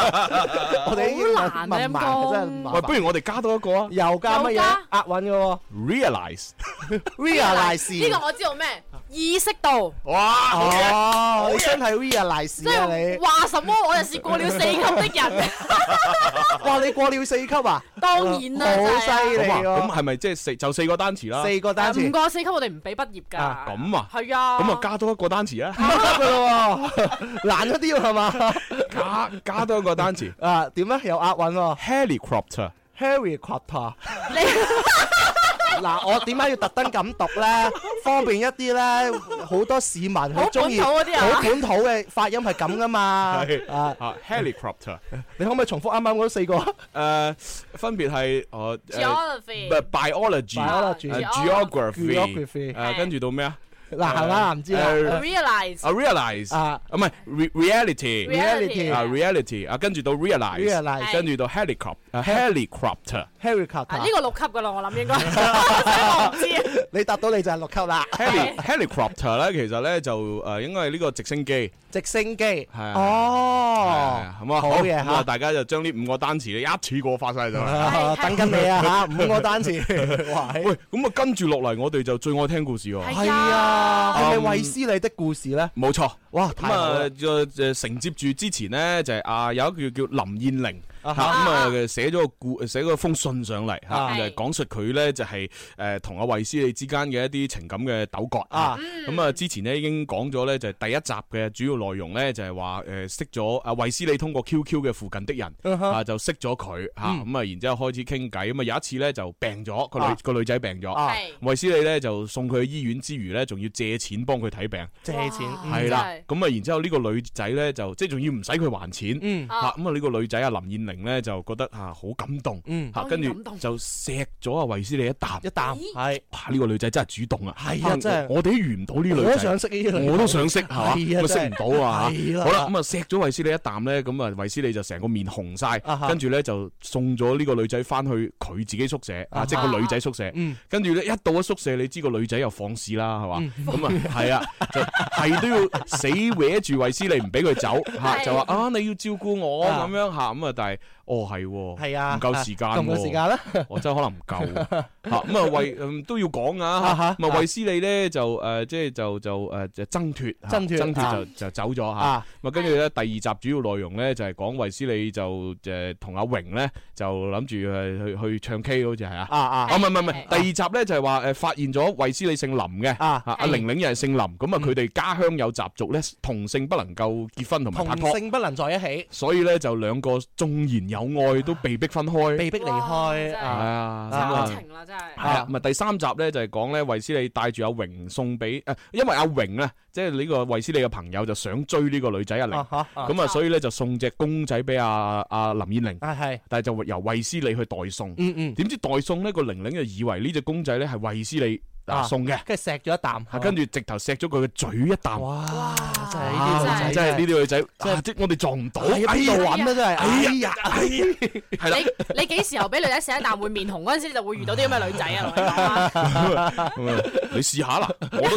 Speaker 3: 我哋英文
Speaker 4: 好難啊
Speaker 3: 文盲
Speaker 4: 陰公
Speaker 3: 真係麻
Speaker 2: [LAUGHS]
Speaker 3: 煩
Speaker 2: 喂，不如我哋加多一個啊
Speaker 3: 又加乜嘢
Speaker 4: 又加
Speaker 3: 押韻嘅喎
Speaker 2: ，realize，
Speaker 4: 呢
Speaker 3: ？realize
Speaker 4: 個我知道咩？意識到，
Speaker 2: 哇，好嘢
Speaker 3: 哦，你真係 realize 啊
Speaker 4: 即係
Speaker 3: 你！
Speaker 4: 話什麼我就是過了四級的人。
Speaker 3: 哇，你過了四級啊！
Speaker 4: 當然啦，
Speaker 3: 好
Speaker 4: 真係啊
Speaker 3: 犀利
Speaker 2: 咁啊，咁
Speaker 3: 喎！
Speaker 2: 係咪即係四就四個單詞啦？
Speaker 3: 四個單
Speaker 4: 五
Speaker 3: 詞
Speaker 4: 個四級我哋唔俾畢業㗎。
Speaker 3: 啊
Speaker 2: 咁啊
Speaker 4: 係啊。
Speaker 2: 咁啊，加多一個單詞啊，
Speaker 3: 得噶咯喎，難咗啲喎係嘛？
Speaker 2: 加加多一個單詞
Speaker 3: 啊點咧？又押韻喎
Speaker 2: ，helicopter，
Speaker 3: ，Harry Potter。
Speaker 4: 你
Speaker 3: 嗱，我點解要特登咁讀咧？方便一啲咧，好多市民好中意
Speaker 4: 好本土嗰啲啊
Speaker 3: 好本土嘅發音係咁噶嘛？
Speaker 2: 係
Speaker 3: 啊，
Speaker 2: 啊，helicopter，
Speaker 3: 你可唔可以重複啱啱嗰四個
Speaker 2: 誒，分別係哦我
Speaker 4: geography
Speaker 2: biology、
Speaker 3: Biology
Speaker 2: 呃 geography，
Speaker 3: Geography
Speaker 2: 誒，跟住到咩啊？
Speaker 3: 嗱，係嘛？唔知啦。
Speaker 2: 誒
Speaker 4: realize
Speaker 2: 啊 realize
Speaker 3: 啊
Speaker 2: 啊唔係 re- reality
Speaker 4: Real- reality
Speaker 2: 啊 reality 啊，跟住到 realize，
Speaker 3: Realize
Speaker 2: 跟住到 helicopter 啊 helicopter。
Speaker 4: 啊
Speaker 3: Helicopter，
Speaker 4: 呢個六級噶啦，我諗應該，我唔知啊
Speaker 3: 你答到你就係六級啦。
Speaker 2: heli helicopter 咧，其實咧就誒應該係呢個直升機，
Speaker 3: 直升機，
Speaker 2: 啊
Speaker 3: 哦，
Speaker 2: 係咁啊，
Speaker 3: 好嘢
Speaker 2: 咁啊，
Speaker 3: 嚇。
Speaker 2: 大家就將呢五個單詞咧一次過發晒咗
Speaker 3: [LAUGHS]
Speaker 2: 啦。
Speaker 3: 啊
Speaker 4: 係
Speaker 3: 等緊你啊嚇，五個單詞，哇！
Speaker 2: 喂，咁啊跟住落嚟，我哋就最愛聽故事喎。係
Speaker 3: 係啊，
Speaker 2: 啊
Speaker 3: 係咪衛斯理的故事咧？
Speaker 2: 冇錯，
Speaker 3: 哇，
Speaker 2: 咁
Speaker 3: 太好
Speaker 2: 啊
Speaker 3: 啦！
Speaker 2: 誒誒承接住之前呢，就係啊有一個叫林燕玲。嚇
Speaker 3: 啊哈
Speaker 2: 咁啊，佢寫咗個故，寫咗封信上嚟嚇，
Speaker 3: 啊
Speaker 2: 咁就係講述佢咧就係誒同阿衛斯理之間嘅一啲情感嘅糾葛
Speaker 3: 啊
Speaker 2: 咁啊，之前咧已經講咗咧，就係第一集嘅主要內容咧，就係話呃誒識咗阿衛斯理通過 QQ 嘅附近的
Speaker 3: 嗯
Speaker 2: 人
Speaker 3: 哼
Speaker 2: 啊，就識咗佢嚇，
Speaker 3: 嗯
Speaker 2: 咁啊，然之後開始傾偈，咁啊有一次咧就病咗，個女
Speaker 3: 啊
Speaker 2: 個女仔病咗，
Speaker 3: 啊
Speaker 4: 係
Speaker 2: 衛斯理咧就送佢去醫院之餘咧，仲要借錢幫佢睇病，
Speaker 3: 借錢，
Speaker 4: 哇
Speaker 3: 嗯
Speaker 2: 係啦
Speaker 4: 真係，
Speaker 2: 咁啊，然之後呢個女仔咧就即係仲要唔使佢還錢。
Speaker 3: 嗯
Speaker 2: 吓咁啊！呢個女仔啊，林燕玲咧就覺得啊好感動，
Speaker 3: 嗯，
Speaker 2: 吓
Speaker 4: 當然
Speaker 2: 跟住
Speaker 4: 感動
Speaker 2: 就錫咗阿維斯利一啖
Speaker 3: 一。啖係，
Speaker 2: 哇！呢個女仔真係主動啊，
Speaker 3: 係啊真係
Speaker 2: 我哋都遇唔到呢
Speaker 3: 我
Speaker 2: 女
Speaker 3: 都
Speaker 2: 仔
Speaker 3: 想。識呢類，
Speaker 2: 我都想識係嘛，
Speaker 3: 係
Speaker 2: 咁
Speaker 3: 啊
Speaker 2: 啊
Speaker 3: 真係
Speaker 2: 識唔到啊
Speaker 3: 係啦
Speaker 2: 好啦，咁啊錫咗維斯利一啖咧，咁啊維斯利就成個面紅晒
Speaker 3: 啊，哈
Speaker 2: 跟住咧就送咗呢個女仔翻去佢自己宿舍啊，
Speaker 3: 哈
Speaker 2: 即係個女仔宿舍。
Speaker 3: 嗯，
Speaker 2: 跟住咧一到咗宿舍，你知個女仔又放肆啦，係嘛
Speaker 3: 嗯？
Speaker 2: 咁啊係啊，就係都要死搲住維斯利唔俾佢走嚇，
Speaker 4: 係
Speaker 2: 就話啊你要照顧我
Speaker 3: 啊
Speaker 2: 咁樣嚇，咁啊但係哦係喎，
Speaker 3: 係啊，
Speaker 2: 唔夠時間
Speaker 3: 夠唔夠
Speaker 2: 喎
Speaker 3: 時間啦？ [LAUGHS]
Speaker 2: 我真係可能唔夠喎嚇，咁啊為嗯都要講
Speaker 3: 啊哈
Speaker 2: 啊，咁啊衛斯理咧就誒即係就就誒就掙脱嚇，
Speaker 3: 掙脫
Speaker 2: 掙脱
Speaker 3: 啊
Speaker 2: 就就走咗嚇。
Speaker 3: 啊，
Speaker 2: 咁啊跟住咧第二集主要內容咧就係講衛斯理就誒同阿榮咧就諗住誒去去唱 K 好似係啊。
Speaker 3: 啊啊
Speaker 2: 啊，唔係唔係唔係
Speaker 4: 係，
Speaker 2: 第二集咧就係話誒發現咗衛斯理姓林嘅。
Speaker 3: 啊！
Speaker 2: 啊！阿
Speaker 4: 係
Speaker 2: 玲玲又係姓林，咁啊佢哋家鄉有習俗咧，同性不能夠結婚同埋拍
Speaker 3: 同
Speaker 2: 拖，
Speaker 3: 性不能在一起，
Speaker 2: 所以咧就兩個縱然有愛都被逼分開。
Speaker 3: 被逼離
Speaker 4: 哇
Speaker 3: 開
Speaker 4: 真係
Speaker 2: 係
Speaker 3: 啊！
Speaker 2: 啊，咁
Speaker 4: 感
Speaker 2: 啊
Speaker 4: 情啦，真係
Speaker 2: 係啊，咁啊第三集咧就係講咧維斯利帶住阿榮送俾誒，因為阿榮咧即係呢個維斯利嘅朋友就想追呢個女仔阿玲，
Speaker 3: 啊嚇，咁
Speaker 2: 咁啊所以咧就送隻公仔俾阿阿林燕玲，
Speaker 3: 啊係，
Speaker 2: 但係就由維斯利去代送。
Speaker 3: 嗯嗯，
Speaker 2: 點知代送呢個玲玲就以為呢只公仔咧係衛斯理啊
Speaker 3: 啊
Speaker 2: 送嘅，
Speaker 3: 跟住錫咗一啖
Speaker 2: 啊，跟住直頭錫咗佢嘅嘴一啖。
Speaker 3: 哇！真係
Speaker 2: À,
Speaker 4: 哇
Speaker 3: 呢啲女仔
Speaker 2: 真係呢啲女仔，
Speaker 3: 真係
Speaker 2: 啊即係我哋撞唔到。
Speaker 3: 係啊
Speaker 2: 哎
Speaker 3: 邊度
Speaker 2: 呀，
Speaker 3: 揾啊真係，
Speaker 2: 哎
Speaker 3: 哎
Speaker 2: 呀
Speaker 3: 呀，
Speaker 2: 哎呀，係啦，
Speaker 4: 你你幾時候俾女仔食一啖會面紅嗰陣時，你就會遇到啲咁嘅女仔啊！同你講啊
Speaker 3: [LAUGHS]
Speaker 2: 咁啊你試下啦，我都 [LAUGHS]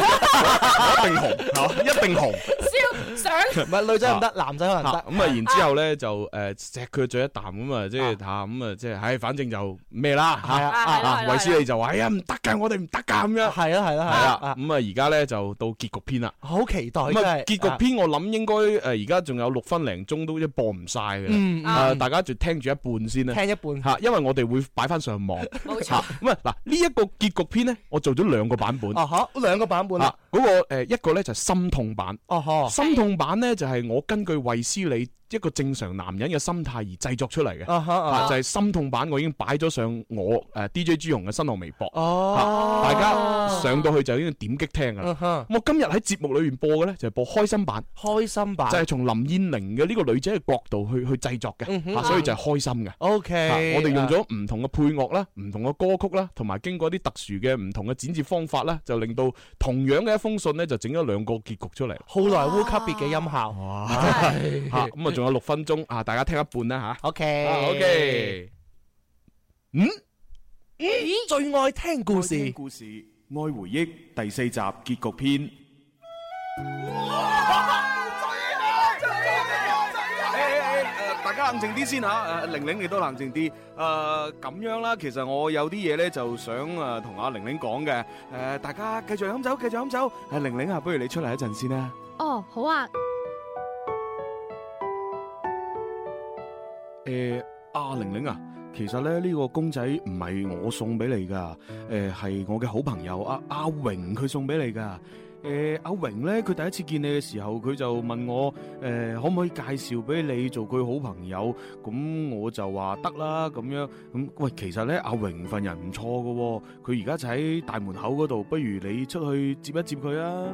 Speaker 2: 我一定紅，係嘛一定紅。
Speaker 4: 燒想
Speaker 3: 唔係女仔唔得，男仔可能
Speaker 2: 嚇
Speaker 3: 得。
Speaker 2: 咁啊，然之後咧就誒錫佢嘴一啖咁啊，即係嚇咁啊，即係唉，反正就咩啦
Speaker 3: 係
Speaker 2: 嚇。
Speaker 3: 啊
Speaker 4: 啊係
Speaker 3: 啊
Speaker 4: 啦
Speaker 2: 啊，維斯利就話：哎呀，唔得㗎，我哋唔得㗎咁樣。
Speaker 3: 啊，係啦係
Speaker 2: 係
Speaker 3: 啦係啦
Speaker 2: 啦，
Speaker 3: 啊，
Speaker 2: 咁啊而家咧就到結局篇啦。
Speaker 3: 好期待真
Speaker 2: 咁啊
Speaker 3: 係。
Speaker 2: 結局篇我諗應該誒而家仲有六分零鐘都一播唔晒嘅。
Speaker 3: 嗯，
Speaker 2: 啊！
Speaker 3: 啊，
Speaker 2: 大家就聽住一半先啦，
Speaker 3: 聽一半
Speaker 2: 嚇，因為我哋會擺翻上網
Speaker 4: 冇
Speaker 2: 嚇。
Speaker 4: 錯，
Speaker 2: 咁啊，嗱呢一個結局篇咧，我做咗兩個版本。
Speaker 3: 哦呵，兩個版本啦
Speaker 2: 啊，，嗰個誒一個咧就係心痛版，
Speaker 3: 哦呵，
Speaker 2: 心痛版咧就係我根據衛斯理一個正常男人嘅心態而製作出嚟嘅。
Speaker 3: 啊呵
Speaker 2: 啊，
Speaker 3: 啊，
Speaker 2: 就係心痛版，我已經擺咗上我誒 DJ 朱紅嘅新浪微博，
Speaker 3: 哦，
Speaker 2: 大家上到去就已經點擊聽噶啦。
Speaker 3: 嗯哼，
Speaker 2: 我今日喺節目裏面播嘅呢，就係播開心版，
Speaker 3: 開心版
Speaker 2: 就係從林燕玲嘅呢個女仔嘅角度去去製作
Speaker 3: 嗯
Speaker 2: 嘅，
Speaker 3: 哼
Speaker 2: 啊所以就係開心嘅。啊
Speaker 3: ，OK，
Speaker 2: 我哋用咗唔同嘅配樂啦、唔同嘅歌曲啦，同埋經過一啲特殊嘅唔同嘅剪接方法啦，就令到同樣嘅一封信呢，就整咗兩個結局出嚟。
Speaker 3: 好萊塢級別嘅音效
Speaker 2: 嚇咁啊，仲有六分鐘啊，大家聽一半啦嚇。啊
Speaker 3: ，OK
Speaker 2: ，OK，嗯。
Speaker 3: 最愛聽故事，
Speaker 1: 故事《愛回憶》第四集結局篇。
Speaker 2: 大家冷靜啲先嚇，誒玲玲你都冷靜啲。誒、咁樣啦，其實我有啲嘢咧就想誒同阿玲玲講嘅。誒、大家繼續飲酒，繼續飲酒。誒、玲玲啊，不如你出嚟一陣先啦。
Speaker 9: 哦，好啊，
Speaker 2: 誒、啊玲玲啊，其實咧呢、個公仔唔係我送俾你噶，誒、係我嘅好朋友阿阿榮佢送俾你噶。誒、阿榮咧，佢第一次見你嘅時候，佢就問我誒、呃可唔可以介紹俾你做佢好朋友？咁我就話得啦咁樣。咁喂，其實咧阿榮份人唔錯噶、喎，佢而家就喺大門口嗰度，不如你出去接一接佢啊！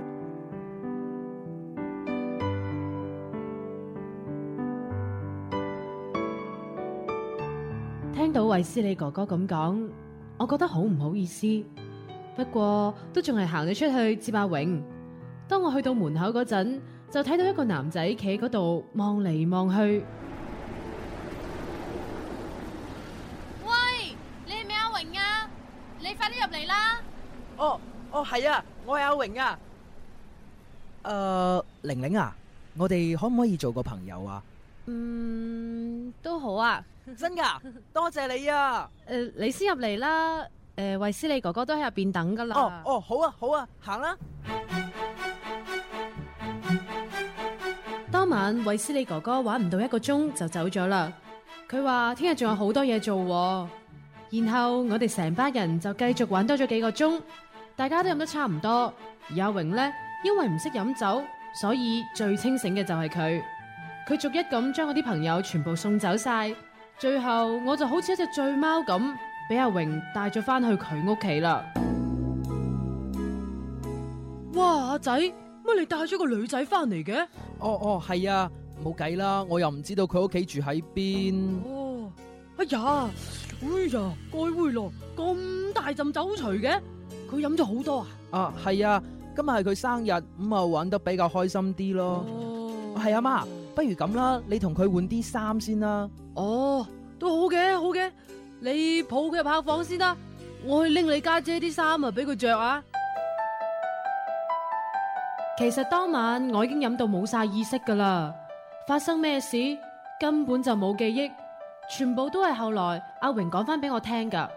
Speaker 10: 聽到衛斯理哥哥咁講，我覺得好唔好意思，不過都仲係行咗出去接阿永。當我去到門口嗰陣，就睇到一個男仔企喺嗰度望嚟望去。
Speaker 4: 喂，你係咪阿榮啊？你快啲入嚟啦！
Speaker 11: 哦哦，係啊，我係阿榮啊。
Speaker 12: 诶，玲玲啊，我哋可唔可以做個朋友啊？
Speaker 10: 嗯，都好啊。
Speaker 11: [LAUGHS] 真噶，多謝你啊。
Speaker 10: 诶、你先入嚟啦。诶、衛斯理哥哥都喺入邊等噶啦。
Speaker 11: 哦哦，好啊好啊，行啦。
Speaker 10: 當晚衛斯理哥哥玩唔到一個鐘就走咗啦。佢話聽日仲有好多嘢做喎，然後我哋成班人就繼續玩多咗幾個鐘，大家都飲得差唔多。而阿榮呢，因為唔識飲酒，所以最清醒嘅就係佢。佢逐一咁將我啲朋友全部送走晒，最後我就好似一隻醉貓咁，俾阿榮帶咗翻去佢屋企啦。哇，阿仔，乜你帶咗個女仔翻嚟嘅？
Speaker 12: 哦哦，係啊，冇計啦，我又唔知道佢屋企住喺邊。
Speaker 10: 哦，哎呀，哎呀，該會咯，咁大陣酒除嘅，佢飲咗好多啊！
Speaker 12: 啊，係啊，今日係佢生日，咁啊玩得比較開心啲咯。
Speaker 10: 哦
Speaker 12: 係啊，媽，不如咁啦，你同佢換啲衫先啦。
Speaker 10: 哦，都好嘅，好嘅，你抱佢入客房先啦，我去拎你家姐啲衫啊，俾佢着啊。其實當晚我已經飲到冇晒意識噶啦，發生咩事根本就冇記憶，全部都係後來阿榮講翻俾我聽噶。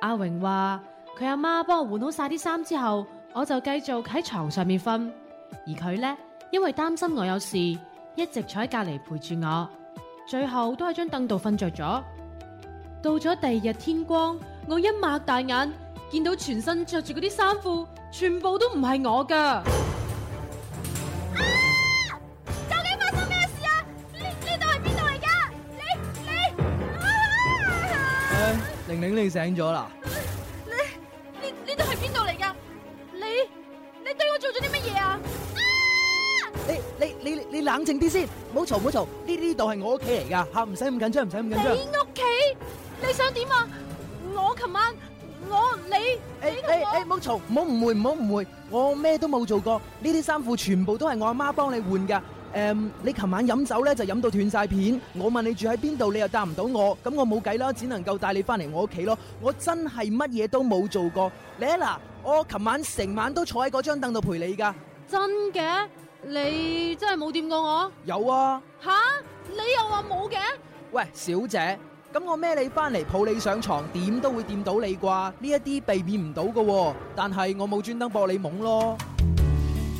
Speaker 10: 阿榮話佢阿媽幫我換好晒啲衫之後，我就繼續喺床上面瞓，而佢呢，因為擔心我有事，一直坐喺隔離陪住我，最後都喺張凳度瞓着咗。到咗第二日天光，我一擘大眼，見到全身着住嗰啲衫褲，全部都唔係我噶。
Speaker 1: 究竟發生咩事啊？呢呢度係邊度嚟㗎？你啊你
Speaker 12: 唉玲玲你醒咗啦？
Speaker 5: 你呢呢度係邊度嚟㗎？你你對我做咗啲乜嘢啊？
Speaker 12: 你你你你冷靜啲先，唔好嘈唔好嘈，呢呢度係我屋企嚟㗎吓，唔使咁緊張，唔使咁緊
Speaker 10: Dạ.
Speaker 5: 你
Speaker 12: 張。
Speaker 5: 屋企？你想點啊？我琴晚我你你同
Speaker 12: 诶，唔好嘈，唔好誤會，唔好誤會，我咩都冇做過，呢啲衫褲全部都係我阿媽幫你換㗎。诶、你琴晚飲酒咧就飲到斷晒片，我問你住喺邊度，你又答唔到我，咁我冇計啦，只能夠帶你翻嚟我屋企咯。我真係乜嘢都冇做過。你啊嗱，我琴晚成晚都坐喺嗰張凳度陪你㗎。
Speaker 10: 真嘅？你真係冇掂過我？
Speaker 12: 有啊，
Speaker 10: 吓？你又話冇嘅？
Speaker 12: 喂，小姐，咁我孭你翻嚟抱你上床，點都會掂到你啩？呢一啲避免唔到㗎喎，但係我冇專登搏你懵咯。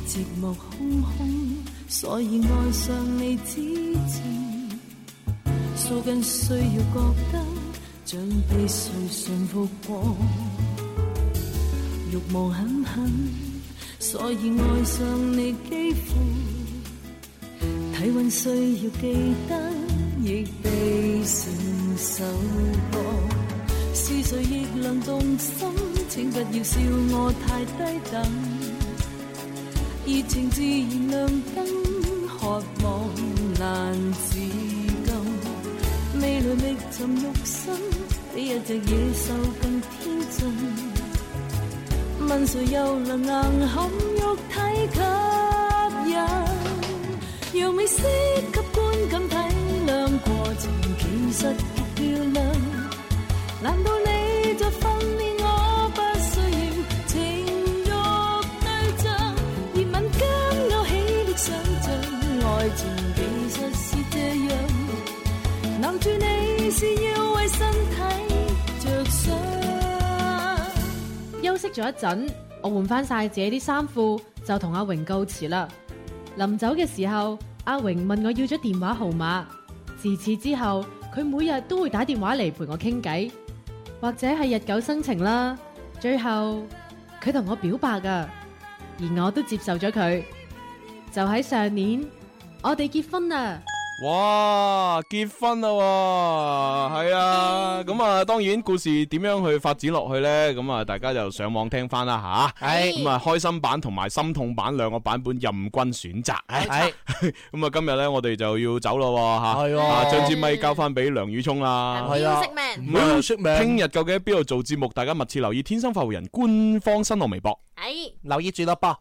Speaker 1: 寂寞空空，所以愛上你之情。數根需要覺得，像被誰馴服過。欲望狠狠，所以愛上你肌膚。體温需要記得，亦被承受過。是誰亦能動心？請不要笑我太低等。熱情自然亮燈，渴望難自禁。未來覓尋肉身，比一隻野獸更天真。問誰又能硬撼肉體吸引？讓美色給觀感體諒，過程其實極漂亮。難道你在訓練我不需要情欲對象？而敏感勾起的想像，愛情其實是這樣。留住你是要為身體着想。
Speaker 10: 休息咗一陣，我換翻晒自己啲衫褲，就同阿榮告辭啦。臨走嘅時候，阿榮問我要咗電話號碼。自此之後，佢每日都會打電話嚟陪我傾偈，或者係日久生情啦。最後佢同我表白啊噶，而我都接受咗佢。就喺上年，我哋結婚啦。啊
Speaker 2: 哇！結婚啦喎，係啊，咁啊，當然故事點樣去發展落去呢？咁啊，大家就上網聽翻啦吓。
Speaker 3: 係
Speaker 2: 咁啊，開心版同埋心痛版兩個版本任君選擇。係 [LAUGHS] 咁啊，今日呢，我哋就要走咯吓。
Speaker 3: 係喎
Speaker 2: 啊將支咪交翻俾梁宇聰啦。
Speaker 3: 係啊 Music Man 嗯，Music Man
Speaker 2: 聽日究竟喺邊度做節目？大家密切留意《天生發福人》官方新浪微博。
Speaker 4: 哎。
Speaker 3: 留意住咯噃。